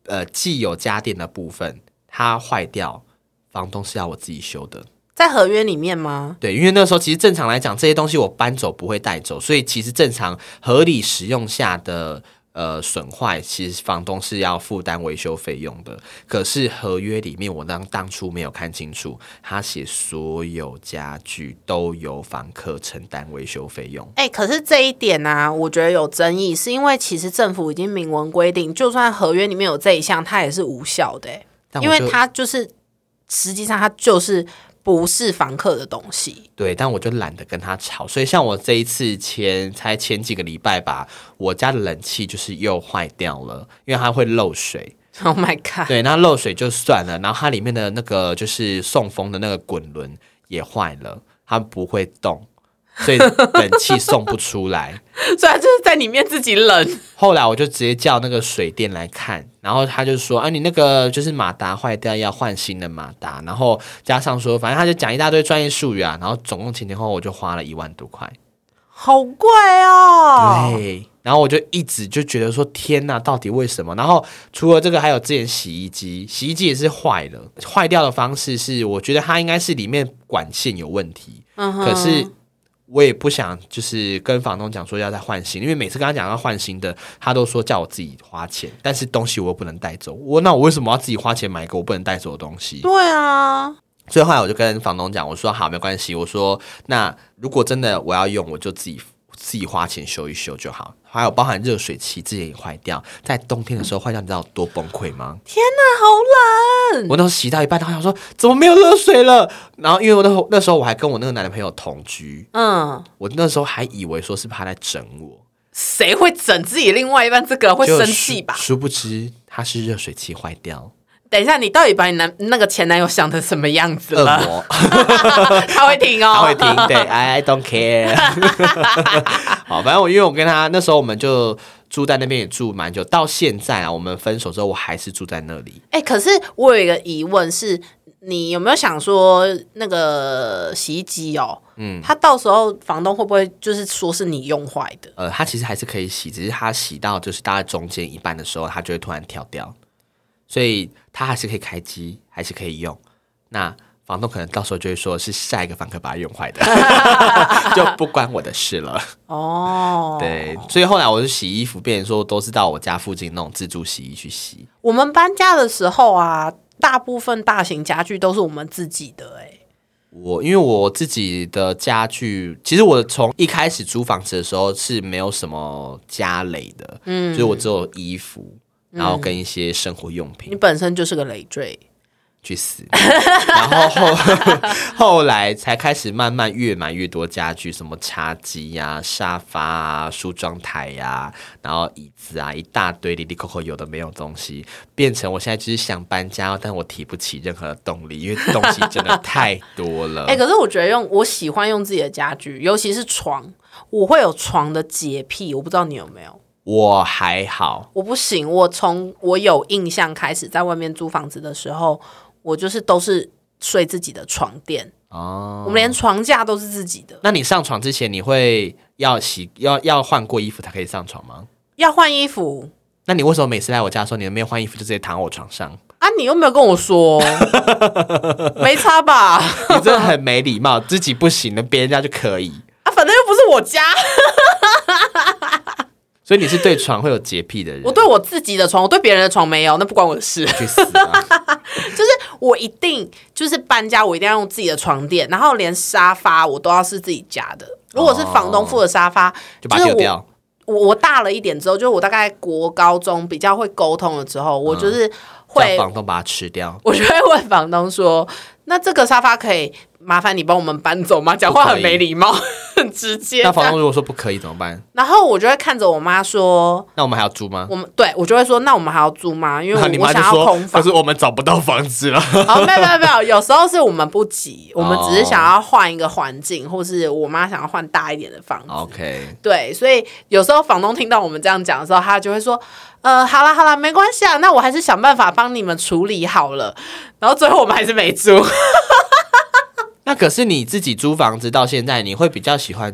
S2: 呃既有家电的部分，它坏掉，房东是要我自己修的。
S1: 在合约里面吗？
S2: 对，因为那时候其实正常来讲，这些东西我搬走不会带走，所以其实正常合理使用下的呃损坏，其实房东是要负担维修费用的。可是合约里面，我当当初没有看清楚，他写所有家具都由房客承担维修费用。
S1: 哎、可是这一点呢、我觉得有争议，是因为其实政府已经明文规定，就算合约里面有这一项，它也是无效的、哎
S2: 但我
S1: 因为
S2: 就
S1: 它就是实际上它就是不是房客的东西。
S2: 对，但我就懒得跟他吵，所以像我这一次前才前几个礼拜吧，我家的冷气就是又坏掉了，因为它会漏水。
S1: Oh my god！
S2: 对，那漏水就算了，然后它里面的那个就是送风的那个滚轮也坏了，它不会动，所以冷气送不出来。
S1: 虽然就是在里面自己冷，
S2: 后来我就直接叫那个水电来看，然后他就说：“啊，你那个就是马达坏掉，要换新的马达。”然后加上说，反正他就讲一大堆专业术语啊，然后总共前前后后我就花了一万多块。
S1: 好贵哦。
S2: 对，然后我就一直就觉得说天呐，到底为什么？然后除了这个，还有之前洗衣机，洗衣机也是坏了，坏掉的方式是，我觉得它应该是里面管线有问题，
S1: 嗯哼
S2: 可是。我也不想，就是跟房东讲说要再换新，因为每次跟他讲要换新的，他都说叫我自己花钱，但是东西我又不能带走，我那我为什么要自己花钱买一个我不能带走的东西？
S1: 对啊，
S2: 所以后来我就跟房东讲，我说好，没关系，我说那如果真的我要用，我就自己自己花钱修一修就好。还有包含热水器之前也坏掉，在冬天的时候坏掉，你知道有多崩溃吗？
S1: 天哪，好冷！
S2: 我那时候洗到一半，他想说怎么没有热水了？然后因为我那时候那时候我还跟我那个男朋友同居，
S1: 嗯，
S2: 我那时候还以为说是他在整我，
S1: 谁会整自己另外一半这个会
S2: 就
S1: 生气吧？
S2: 殊殊不知他是热水器坏掉，
S1: 等一下，你到底把你男那个前男友想成什么样子
S2: 恶
S1: 了？
S2: 魔。
S1: 他会听哦，
S2: 呃他会听，对，I don't care。好，反正我因为我跟他那时候我们就住在那边也住蛮久，到现在啊，我们分手之后我还是住在那里。
S1: 哎、可是我有一个疑问是，你有没有想说那个洗衣机哦，嗯，他到时候房东会不会就是说是你用坏的？
S2: 呃，他其实还是可以洗，只是他洗到就是大概中间一半的时候，他就会突然跳掉，所以他还是可以开机，还是可以用。那房东可能到时候就会说是下一个房客把它用坏的， 就不关我的事了。
S1: 哦，，
S2: 对，所以后来我就洗衣服，变成说都是到我家附近那种自助洗衣去洗。
S1: 我们搬家的时候啊，大部分大型家具都是我们自己的、哎，
S2: 我因为我自己的家具，其实我从一开始租房子的时候是没有什么家累的，嗯，所以我只有衣服，然后跟一些生活用品、
S1: 你本身就是个累赘。
S2: 去死， 然后后后来才开始慢慢越买越多家具，什么茶几呀、沙发啊、梳妆台呀、然后椅子啊，一大堆里里扣扣有的没有的东西，变成我现在就是想搬家，但我提不起任何的动力，因为东西真的太多了。
S1: 哎、可是我觉得用我喜欢用自己的家具，尤其是床，我会有床的洁癖，我不知道你有没有。
S2: 我还好。
S1: 我不行，我从我有印象开始，在外面租房子的时候，我就是都是睡自己的床垫，
S2: 哦
S1: 我，们连床架都是自己的。
S2: 那你上床之前你会要洗要要换过衣服才可以上床吗？
S1: 要换衣服
S2: 那你为什么每次来我家的时候，你没有换衣服就直接躺我床 上？
S1: 啊，你又没有跟我说，没差吧？
S2: 你真的很没礼貌，自己不行的，别人家就可以。
S1: 啊，反正又不是我家，
S2: 所以你是对床会有洁癖的人，
S1: 我对我自己的床，我对别人的床没有，那不关我的事。
S2: 去死 吧！
S1: 我一定就是搬家，我一定要用自己的床垫，然后连沙发我都要是自己家的。如果是房东付的沙发，
S2: 哦就把
S1: 是
S2: 它丢
S1: 我
S2: 掉。
S1: 我我大了一点之后，就是我大概国高中比较会沟通了之后，
S2: 嗯
S1: 我就是
S2: 叫
S1: 会，
S2: 房东把它吃掉。
S1: 我就会问房东说：“那这个沙发可以麻烦你帮我们搬走吗？”讲话很没礼貌， 很直接
S2: 那
S1: 这
S2: 房
S1: 样。
S2: 东如果说不可以怎么办？
S1: 然后我就会看着我妈说
S2: 那我们还要租：“吗？
S1: 我们对我就会说，那我们还要租吗？因为
S2: 然后你
S1: 我我
S2: 妈就
S1: 想要
S2: 说
S1: 空，房
S2: 可。是我们找不到房 子了。
S1: 哦，没有没有没有，有时候是我们不急，我们只是
S2: 哦
S1: 想要换一个环境，或是我妈想要换大一点的房子。
S2: 哦 OK，
S1: 对，所以有时候房东听到我们这样讲的时候，他就会说：“呃，好啦好啦，没关系啊，那我还是想办法帮你们处理好了。”然后最后我们还是没租。
S2: 那可是你自己租房子到现在，你会比较喜欢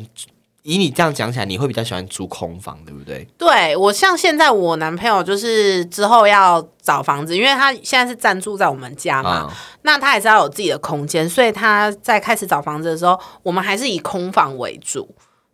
S2: 以你这样讲起来，你会比较喜欢租空房，对不对？
S1: 对我像现在我男朋友就是之后要找房子，因为他现在是暂住在我们家嘛，
S2: 啊，
S1: 那他还是要有自己的空间，所以他在开始找房子的时候，我们还是以空房为主。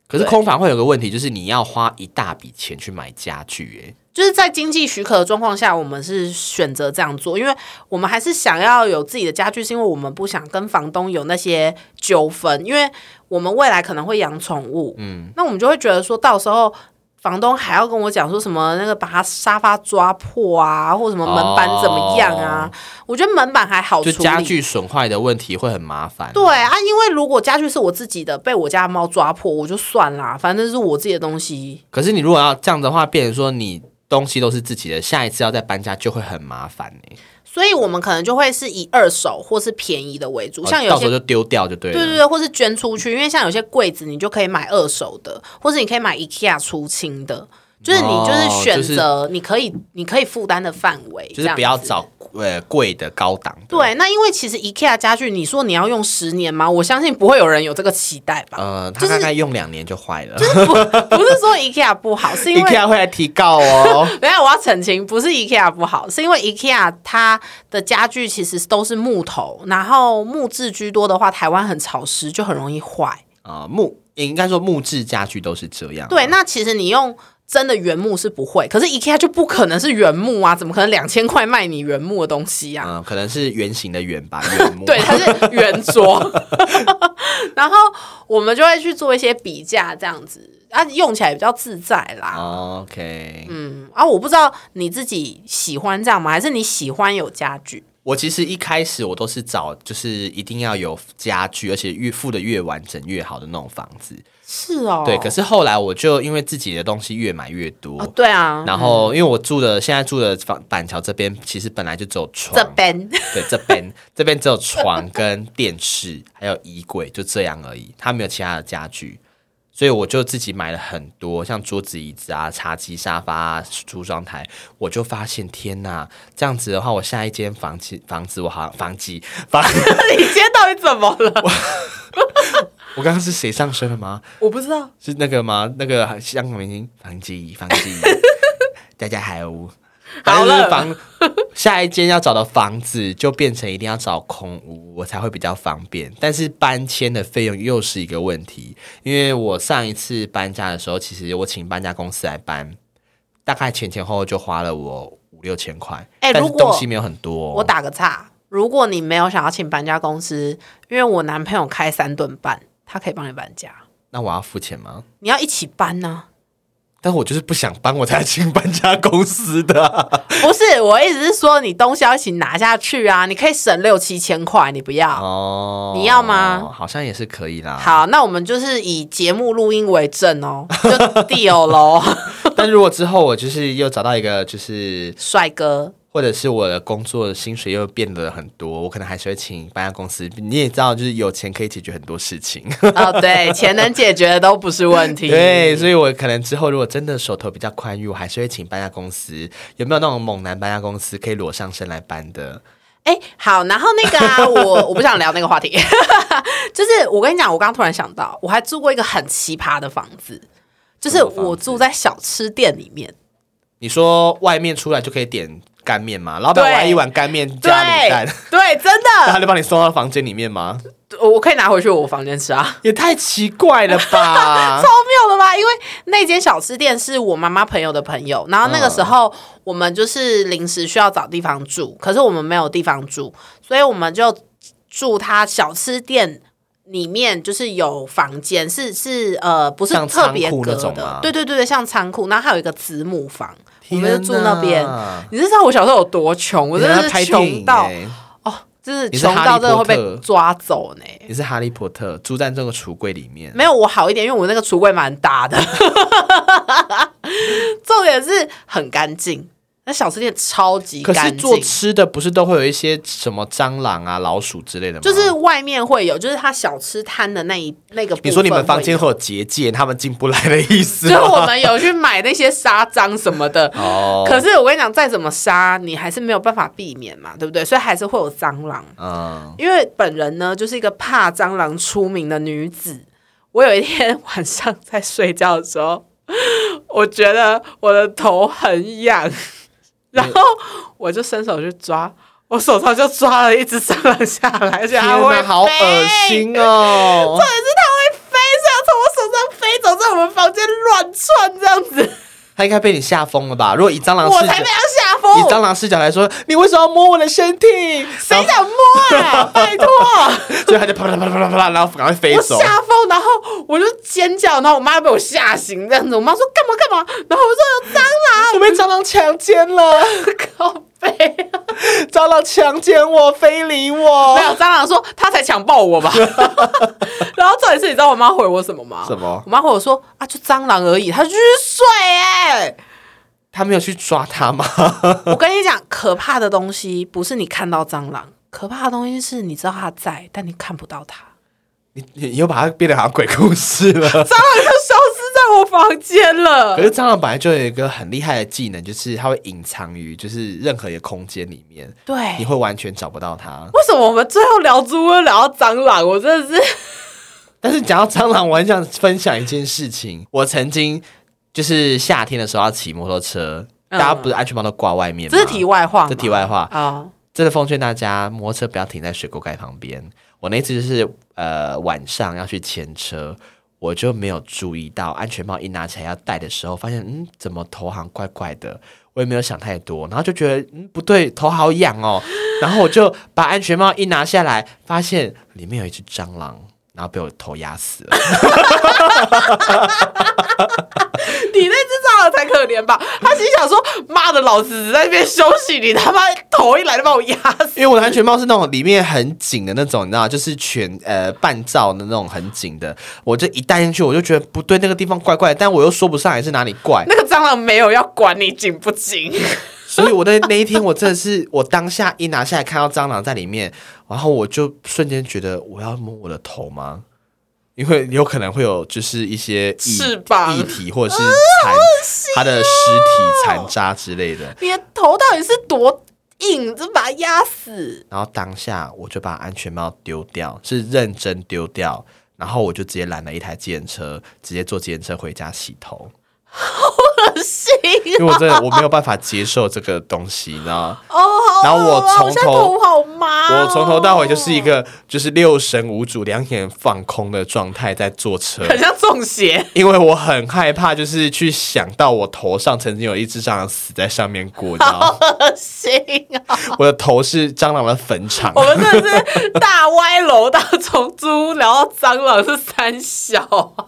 S2: 可是
S1: 对
S2: 空房会有个问题，就是你要花一大笔钱去买家具，欸
S1: 就是在经济许可的状况下，我们是选择这样做，因为我们还是想要有自己的家具，是因为我们不想跟房东有那些纠纷，因为我们未来可能会养宠物，嗯，那我们就会觉得说到时候。房东还要跟我讲说什么那个把他沙发抓破啊，或什么门板怎么样啊？我觉得门板还好
S2: 哎，
S1: 哦处
S2: 哦就
S1: 理，
S2: 家具损坏的问题会很麻烦。
S1: 对啊，因为如果家具是我自己的，被我家的猫抓破，我就算啦，反正是我自己的东西。
S2: 可是你如果要这样的话，变成说你东西都是自己的，下一次要再搬家就会很麻烦哎、
S1: 所以我们可能就会是以二手或是便宜的为主，像有
S2: 哦到时
S1: 些
S2: 候就丢掉就对啊了。
S1: 对对对，或是捐出去，因为像有些柜子你就可以买二手的，或是你可以买 IKEA 出清的，就是你就是
S2: 哦
S1: 选
S2: 就是
S1: 择你可以、你可以负担的范围，
S2: 就
S1: 这
S2: 是
S1: 样
S2: 不要
S1: 子
S2: 找呃贵的高档的。
S1: 对，那因为其实 IKEA 家具，你说你要用十年吗？我相信不会有人有这个期待吧。
S2: 呃，他
S1: 就是
S2: 大概用两年就坏了。哦
S1: 不是说 IKEA 不好，是因
S2: 一
S1: 为
S2: 下会来提告哦。
S1: 等一下我要澄清，不是 IKEA 不好，是因为 IKEA 它的家具其实都是木头，然后木质居多的话，台湾很潮湿，就很容易坏。
S2: 啊、木应该说木质家具都是这样。
S1: 对，那其实你用真的原木是不会，可是 IKEA 就不可能是原木啊，怎么可能两千块卖你原木的东西啊？
S2: 嗯、可能是圆形的圆吧，圆木。
S1: 对，它是圆桌， 然后我们就会去做一些比价，这样子啊，用起来比较自在啦。
S2: 哦 OK，、
S1: 嗯啊，我不知道你自己喜欢这样吗？还是你喜欢有家具？
S2: 我其实一开始我都是找就是一定要有家具，而且越付的越完整越好的那种房子。
S1: 是哦，
S2: 对，可是后来我就因为自己的东西越买越多，
S1: 哦，对啊，
S2: 然后因为我住的现在住的房板桥这边，其实本来就只有床，
S1: 这 边
S2: 对，这边这边只有床跟电视，还有衣柜，就这样而已，它没有其他的家具，所以我就自己买了很多，像桌子、椅子啊、茶几、沙发、啊、梳妆台，我就发现天呐，这样子的话，我下一间房子房子我好像房子房，
S1: 你今天到底怎么了？
S2: 我刚刚是谁上身了吗？
S1: 我不知道，
S2: 是那个吗？那个香港明星房基房 基，大家还有，
S1: 好了
S2: 反正就是房下一间要找的房子就变成一定要找空屋，我才会比较方便。但是搬迁的费用又是一个问题，因为我上一次搬家的时候，其实我请搬家公司来搬，大概前前后后就花了我五六千块，
S1: 哎
S2: 但
S1: 如
S2: 是
S1: 果
S2: 东西没有很多哦、
S1: 我打个岔。如果你没有想要请搬家公司，因为我男朋友开三顿半，他可以帮你搬家，
S2: 那我要付钱吗？
S1: 你要一起搬呢、
S2: 但我就是不想搬，我才请搬家公司的啊、
S1: 不是，我意思是说你东西要一起拿下去啊，你可以省六七千块，你不要。
S2: 哦，
S1: 你要吗？
S2: 好像也是可以啦。
S1: 好，那我们就是以节目录音为证哦，就 deal 喽，
S2: 但如果之后我就是又找到一个，就是
S1: 帅哥。
S2: 或者是我的工作薪水又变得很多，我可能还是会请搬家公司。你也知道，就是有钱可以解决很多事情。
S1: 哦，对，钱能解决的都不是问题。
S2: 对，所以我可能之后如果真的手头比较宽裕，我还是会请搬家公司。有没有那种猛男搬家公司可以裸上身来搬的？
S1: 哎，好，然后那个 啊，我我不想聊那个话题， 就是我跟你讲，我刚突然想到，我还住过一个很奇葩的房子，就是
S2: 什么房子
S1: 我住在小吃店里面，
S2: 你说外面出来就可以点干面吗？老板，
S1: 对
S2: 我要一碗干面
S1: 对
S2: 加卤蛋，
S1: 对，真
S2: 那他
S1: 的，
S2: 就帮你送到房间里面吗？
S1: 我我可以拿回去我房间吃啊，
S2: 也太奇怪了
S1: 超
S2: 吧！
S1: 妙的吧？因为那间小吃店是我妈妈朋友的朋友，然后那个时候我们就是临时需要找地方住，可是我们没有地方住，所以我们就住他小吃店。里面就是有房间，是是呃，不是
S2: 像
S1: 特别
S2: 仓库
S1: 隔
S2: 那种
S1: 的
S2: 吗，
S1: 对对对对，像仓库，然后还有一个子母房，我们就住
S2: 天
S1: 那
S2: 哪
S1: 边。你知道我小时候有多穷，我
S2: 我
S1: 真的
S2: 拍
S1: 是
S2: 电
S1: 穷
S2: 影
S1: 到
S2: 欸
S1: 哦，就是
S2: 你是
S1: 穷
S2: 哈利
S1: 到真的会
S2: 波
S1: 被
S2: 特
S1: 抓走呢。
S2: 你是哈利波特住在这个橱柜里面，
S1: 没有我好一点，因为我那个橱柜蛮大的， 重点是很干净。那小吃店超级
S2: 可是
S1: 干
S2: 做
S1: 净，
S2: 吃的不是都会有一些什么蟑螂啊、老鼠之类的吗？
S1: 就是外面会有，就是它小吃摊的那一那个部分会有。
S2: 你说你们房间会有结界，他们进不来的意 思
S1: 就
S2: 吗？，
S1: 是我们有去买那些沙张什么的
S2: 哦，
S1: 可是我跟你讲，再怎么杀，你还是没有办法避免嘛，对不对？所以还是会有蟑螂。
S2: 嗯，
S1: 因为本人呢，就是一个怕蟑螂出名的女子。我有一天晚上在睡觉的时候，我觉得我的头很 痒，然后我就伸手去抓，我手上就抓了一只蟑螂下来，而且
S2: 天
S1: 它会
S2: 哪，好恶
S1: 飞
S2: 心哦！
S1: 重点是它会飞，是要从我手上飞走，在我们房间乱窜这样子，
S2: 他应该被你吓疯了吧？如果以蟑螂
S1: 我
S2: 视角
S1: 才被，它吓
S2: 以蟑
S1: 疯。
S2: 螂视角来说，你为什么要摸我的身体？然
S1: 谁
S2: 后
S1: 想摸啊？拜托！
S2: 所以他就啪啦啪啦啪啦啪啦，然后赶快飞
S1: 我
S2: 走。
S1: 吓疯，然后我就尖叫，然后我妈被我吓醒，这样子。我妈说干嘛干嘛，然后我说有蟑螂，
S2: 我被蟑螂强奸了，
S1: 靠背、啊
S2: 蟑螂强奸我，非礼我
S1: 没。有蟑螂说他才强暴我吧。 然后重点是，你知道我妈回我什么吗？
S2: 什么
S1: 我妈回我说啊，就蟑螂而已，它就是水哎、
S2: 他没有去抓他吗？
S1: 我跟你讲，可怕的东西不是你看到蟑螂，可怕的东西是你知道它在，但你看不到它。
S2: 你你你又把它变得好像鬼故事 了。
S1: 蟑螂就消失在我房间了
S2: 可。是蟑螂本来就有一个很厉害的技能，就是它会隐藏于就是任何一个空间里面，
S1: 对，
S2: 你会完全找不到它。
S1: 为什么我们最后聊猪瘟聊到蟑螂？我真的是
S2: 但是讲到蟑螂，我很想分享一件事情。我曾经就是夏天的时候要骑摩托车，
S1: 嗯
S2: 大家不是安全帽都挂外面吗？
S1: 这是题外话吗，
S2: 这题外话，
S1: 啊、
S2: 真的奉劝大家，摩托车不要停在水沟盖旁边。我那次就是呃晚上要去牵车，我就没有注意到安全帽一拿起来要戴的时候，发现嗯怎么头好像怪怪的，我也没有想太多，然后就觉得嗯不对，头好痒哦，然后我就把安全帽一拿下来，发现里面有一只蟑螂，然后被我头压死了。
S1: 你那只蟑螂才可怜 吧？他心想说：“妈的，老子只在那边休息，你他妈头一来就把我压死。
S2: 因为我的安全帽是那种里面很紧的那种，你知道吗，就是全呃半罩的那种很紧的，我就一戴进去，我就觉得不对，那个地方怪怪的，但我又说不上来是哪里” 怪，
S1: 那个蟑螂没有要管你紧不 紧，
S2: 所以我的那一天，我真的是我当下一拿下来看到蟑螂在里面，然后我就瞬间觉得我要摸我的头吗？因为有可能会有就是一些液
S1: 翅膀啊
S2: 液体或者是残、
S1: 哦
S2: 它的尸体残渣之类的，
S1: 你的头到底是多硬，就把它压死。
S2: 然后当下我就把安全帽丢掉，是认真丢掉，然后我就直接拦了一台计程车，直接坐计程车回家洗头，
S1: 恶心
S2: 因为我真的我没有办法接受这个东西，你知道吗？
S1: 哦，好恶
S2: 然后我
S1: 啊
S2: 从
S1: 我现在
S2: 头
S1: 头好麻哦、
S2: 啊我从头到尾就是一个就是六神无主、两眼放空的状态在坐 车，
S1: 很像中邪。
S2: 因为我很害怕，就是去想到我头上曾经有一只蟑螂死在上面过，你知道吗？
S1: 恶心啊！
S2: 我的头是蟑螂的坟场
S1: 我。们真的是大歪楼到从猪聊到蟑螂是三小啊，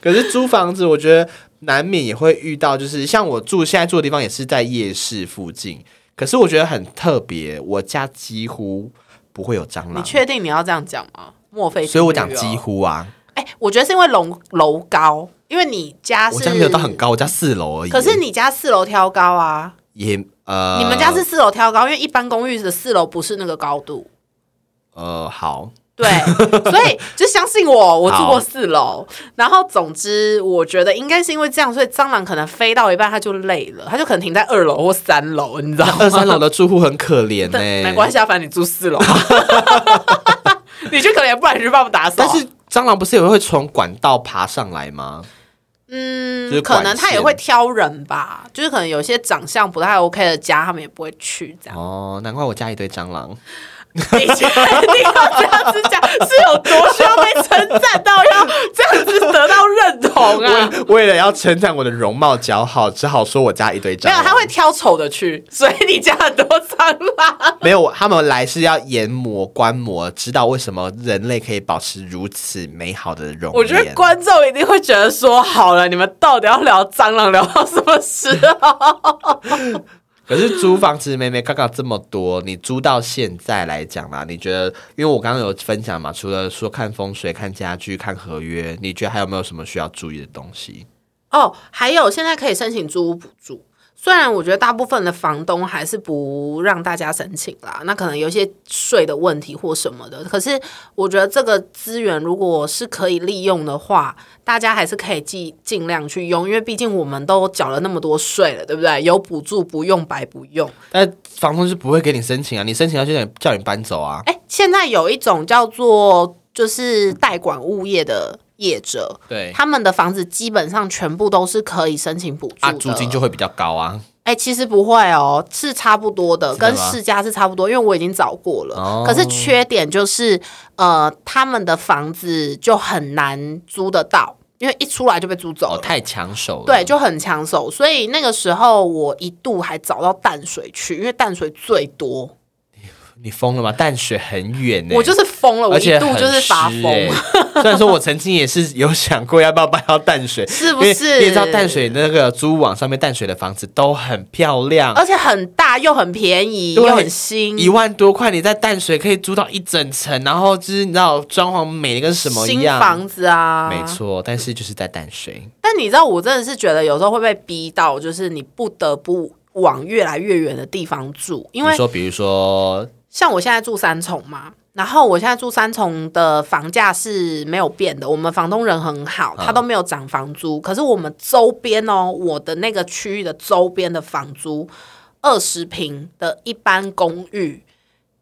S2: 可是租房子，我觉得难免也会遇到，就是像我住现在住的地方也是在夜市附近，可是我觉得很特别，我家几乎不会有蟑
S1: 你
S2: 螂，
S1: 确定你要这样讲吗？莫非？
S2: 所以我讲几。乎啊，
S1: 哎、我觉得是因为楼楼高，因为你家是，
S2: 我家没有到很，高，我家四楼而已。
S1: 啊可是你家四楼挑高啊，
S2: 也呃，
S1: 你们家是四楼挑高，因为一般公寓的四楼不是那个高度。
S2: 呃好，
S1: 对，所以就相信我，我住
S2: 好
S1: 过四楼。然后，总之，我觉得应该是因为这样，所以蟑螂可能飞到一半，它就累了，它就可能停在二楼或三楼，你知道吗？
S2: 二三楼的住户很可 怜呢、
S1: 但没关系啊，反正你住四楼， 你去可怜，不然你去帮我们打扫。啊
S2: 但是蟑螂不是也会从管道爬上来吗？就
S1: 嗯
S2: 是，管
S1: 可能他也
S2: 线
S1: 会挑人吧，就是可能有些长相不太 OK 的家，他们也不会去这样。
S2: 哦，难怪我家一堆蟑螂。
S1: 你确定要这样子讲，是有多需要被称赞到要这样子得到认同 啊？
S2: 为为了要称赞我的容貌姣好，只好说我家一堆蟑
S1: 没有，
S2: 螂。
S1: 他会挑丑的去，所以你家很多蟑螂。
S2: 没有，他们来是要研磨、观摩，知道为什么人类可以保持如此美好的容颜。
S1: 我觉得观众一定会觉得说，好了，你们到底要聊蟑螂聊到什么时候？
S2: 可是租房子每每嘎嘎这么多，你租到现在来讲啦，你觉得？因为我刚刚有分享嘛，除了说看风水、看家具、看合约，你觉得还有没有什么需要注意的东西？
S1: 哦，还有现在可以申请租屋补助，虽然我觉得大部分的房东还是不让大家申请啦，那可能有一些税的问题或什么的，可是我觉得这个资源如果是可以利用的话，大家还是可以尽尽量去用，因为毕竟我们都缴了那么多税了，对不对？有补助不用白不用。
S2: 但房东是不会给你申请啊，你申请要就叫你叫你搬走啊。
S1: 哎，现在有一种叫做就是代管物业的业者，
S2: 对，
S1: 他们的房子基本上全部都是可以申请补助的。
S2: 啊，租金就会比较高啊。
S1: 哎、其实不会哦，是差不多的，
S2: 真的
S1: 跟
S2: 吗
S1: 市价是差不多，因为我已经找过了。
S2: 哦
S1: 可是缺点就是，呃，他们的房子就很难租得到，因为一出来就被租走
S2: 哦，
S1: 了。
S2: 太抢手了。
S1: 对，就很抢手，所以那个时候我一度还找到淡水去，因为淡水最多。
S2: 你疯了吗？淡水很远欸呢、
S1: 我就是疯了，哦我
S2: 而且
S1: 一度就是发
S2: 很
S1: 疯
S2: 湿。欸虽然说我曾经也是有想过要不要搬到淡 水，
S1: 是不
S2: 因为
S1: 是
S2: 你也知道淡水那个租屋网上面淡水的房子都很漂亮，
S1: 而且很大又很便宜
S2: 对
S1: 又很新，
S2: 一万多块你在淡水可以租到一整层，然后就是你知道装潢美的跟什么一
S1: 新
S2: 样，
S1: 房子啊，
S2: 没。错，但是就是在淡水。
S1: 但你知道，我真的是觉得有时候会被逼到，就是你不得不往越来越远的地方住，因为
S2: 你说比如说
S1: 像我现在住三重嘛，然后我现在住三重的房价是没有变的，我们房东人很好，
S2: 嗯
S1: 他都没有涨房租。可是我们周边哦，我的那个区域的周边的房租，二十平的一般公寓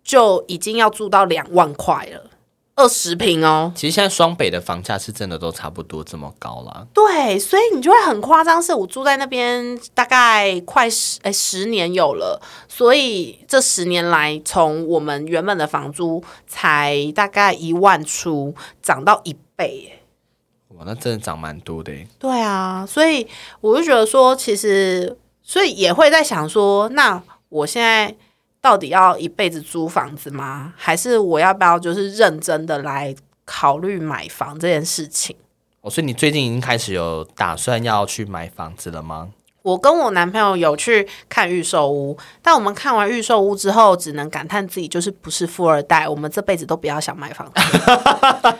S1: 就已经要住到两万块了，二十平哦。
S2: 其实现在双北的房价是真的都差不多这么高啦。
S1: 对，所以你就会很夸张，是我住在那边大概快十哎十年有了，所以这十年来，从我们原本的房租才大概一万出，涨到一倍哎。
S2: 哇，那真的涨蛮多的耶。欸
S1: 对啊，所以我就觉得说，其实所以也会在想说，那我现在到底要一辈子租房子吗？还是我要不要就是认真的来考虑买房这件事情？
S2: 哦，所以你最近已经开始有打算要去买房子了吗？
S1: 我跟我男朋友有去看预售屋，但我们看完预售屋之后，只能感叹自己就是不是富二代，我们这辈子都不要想买 房子。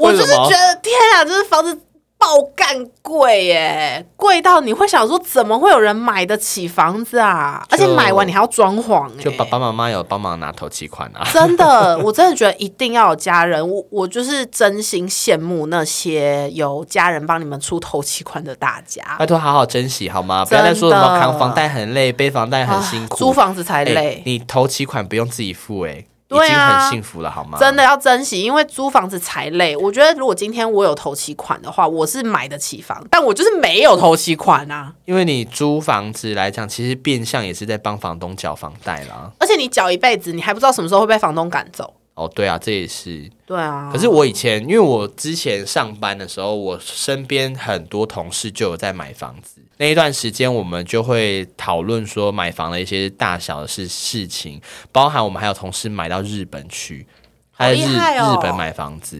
S1: 我就是觉得天啊，这房子爆干贵耶，贵到你会想说，怎么会有人买得起房子啊？而且
S2: 就
S1: 买完你还要装潢哎，
S2: 就爸爸妈妈有帮忙拿头期款啊。
S1: 真的， 我真的觉得一定要有家人。我我就是真心羡慕那些有家人帮你们出头期款的大家。
S2: 拜托，好好珍惜好吗？不要再说什
S1: 真
S2: 么
S1: 的
S2: 扛房贷很累，背房贷很辛苦，
S1: 啊租房子才
S2: 哎
S1: 累。
S2: 你头期款不用自己付、哎、
S1: 对
S2: 已经
S1: 啊
S2: 很幸福了好吗？
S1: 真的要珍惜，因为租房子才累。我觉得如果今天我有头期款的话，我是买得起房，但我就是没有头期款啊。
S2: 因为你租房子来讲，其实变相也是在帮房东缴房贷啦。
S1: 而且你缴一辈子，你还不知道什么时候会被房东赶走。
S2: 哦，对啊，这也是。
S1: 对啊，
S2: 可是我以前，因为我之前上班的时候，我身边很多同事就有在买房子。那一段时间，我们就会讨论说买房的一些大小的事事情，包含我们还有同事买到日本去，他在
S1: 好
S2: 日、
S1: 厉害哦
S2: 日本买房子，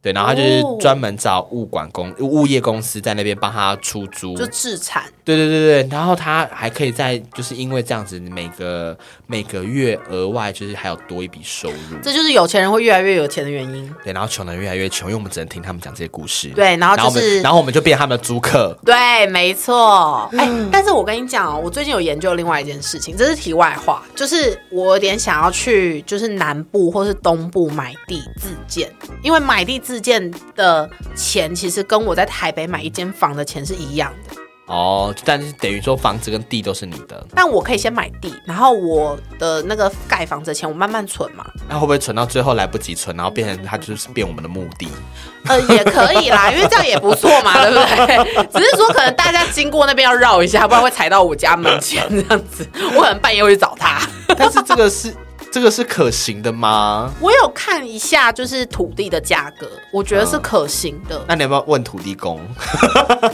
S2: 对，然后他就是
S1: 哦
S2: 专门找物管公物业公司在那边帮他出租，
S1: 就自产，
S2: 对对对对，然后他还可以在就是因为这样子，每个每个月额外就是还有多一笔收入。
S1: 这就是有钱人会越来越有钱的原因。
S2: 对，然后穷人越来越穷，因为我们只能听他们讲这些故事。
S1: 对然后就
S2: 然后我
S1: 是
S2: 们然后我们就变他们的租客。
S1: 对，没错。哎、但是我跟你讲哦，我最近有研究另外一件事情，这是题外话，就是我有点想要去，就是南部或是东部买地自建，因为买地自建的钱其实跟我在台北买一间房的钱是一样的，
S2: 哦，但是等于说房子跟地都是你的，
S1: 但我可以先买地，然后我的那个盖房子的钱我慢慢存嘛，
S2: 那会不会存到最后来不及存，然后变成它就是变我们的目的？
S1: 呃，也可以啦，因为这样也不错嘛，对不对？只是说可能大家经过那边要绕一下，不然会踩到我家门前这样子，我可能半夜会去找他。
S2: 但是这个是这个是可行的吗？
S1: 我有看一下，就是土地的价格，我觉得是可行的。
S2: 那你要不要问土地公？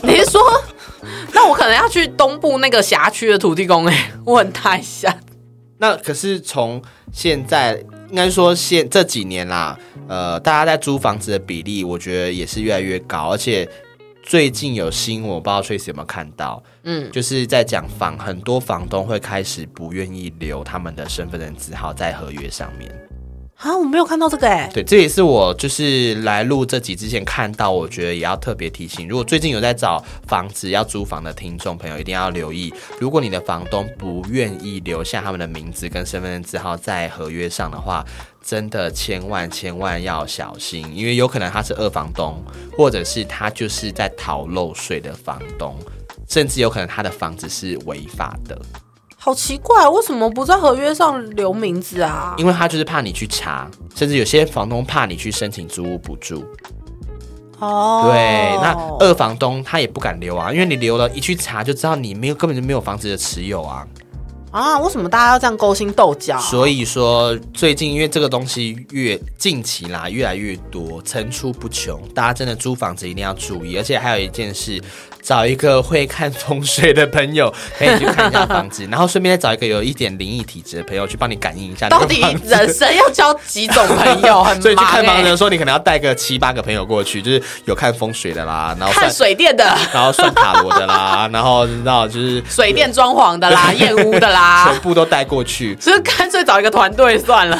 S1: 你是说， 那我可能要去东部那个辖区的土地公哎、 问他一下。
S2: 那可是从现在，应该说现这几年啦，呃，大家在租房子的比例，我觉得也是越来越高，而且最近有新闻，我不知道 Tracy 有没有看到，
S1: 嗯，
S2: 就是在讲房，很多房东会开始不愿意留他们的身份证字号在合约上面。
S1: 啊，我没有看到这个哎、
S2: 对，这也是我就是来录这集之前看到，我觉得也要特别提醒，如果最近有在找房子要租房的听众朋友，一定要留意，如果你的房东不愿意留下他们的名字跟身份证字号在合约上的话。真的千万千万要小心，因为有可能他是二房东，或者是他就是在逃漏税的房东，甚至有可能他的房子是违法的，
S1: 好奇怪，为什么不在合约上留名字啊？
S2: 因为他就是怕你去查，甚至有些房东怕你去申请租屋补助。
S1: 哦，
S2: 对，那二房东他也不敢留啊，因为你留了，一去查就知道你没有根本就没有房子的持有啊。
S1: 啊，为什么大家要这样勾心斗角？
S2: 所以说，最近因为这个东西越近期啦，越来越多，层出不穷，大家真的租房子一定要注意。而且还有一件事，找一个会看风水的朋友可以去看一下 房子，然后顺便再找一个有一点灵异体质的朋友去帮你感应一下那
S1: 到
S2: 个
S1: 底
S2: 房子。
S1: 人生要交几种朋友？ 很忙、欸、
S2: 所以去看房子的时候，你可能要带个七八个朋友过去，就是有看风水的啦，然后
S1: 看
S2: 算
S1: 水电 的、
S2: 然后算塔罗的啦， 然后你知道就是
S1: 水电装潢的啦、验屋的啦
S2: 全，部都带过去。
S1: 所以干脆找一个团队算 了。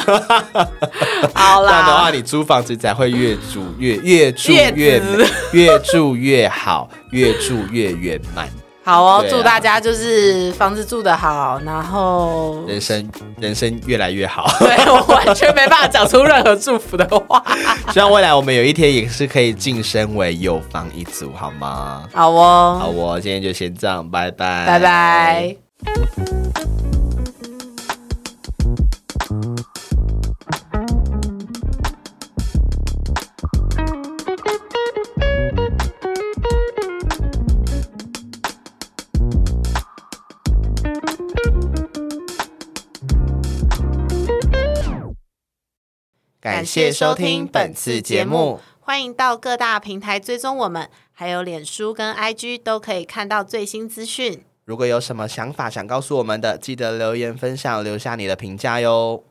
S1: 好
S2: 这样的话，
S1: 啦，
S2: 你租房子才会越住越越住
S1: 越
S2: 越
S1: 值
S2: 美越住越好，越住越圆满，
S1: 好哦，
S2: 对啊
S1: 祝大家就是房子住得好，然后
S2: 人生人生越来越好。
S1: 对我完全没办法讲出任何祝福的话。
S2: 希望未来我们有一天也是可以晋升为有房一族，好吗？
S1: 好
S2: 好，
S1: 哦，
S2: 我今天就先这样，拜拜，
S1: 拜拜。
S2: 感谢收听本次节目，，
S1: 欢迎到各大平台追踪我们，还有脸书跟 IG 都可以看到最新资讯。
S2: 如果有什么想法想告诉我们的，记得留言分享，留下你的评价哟。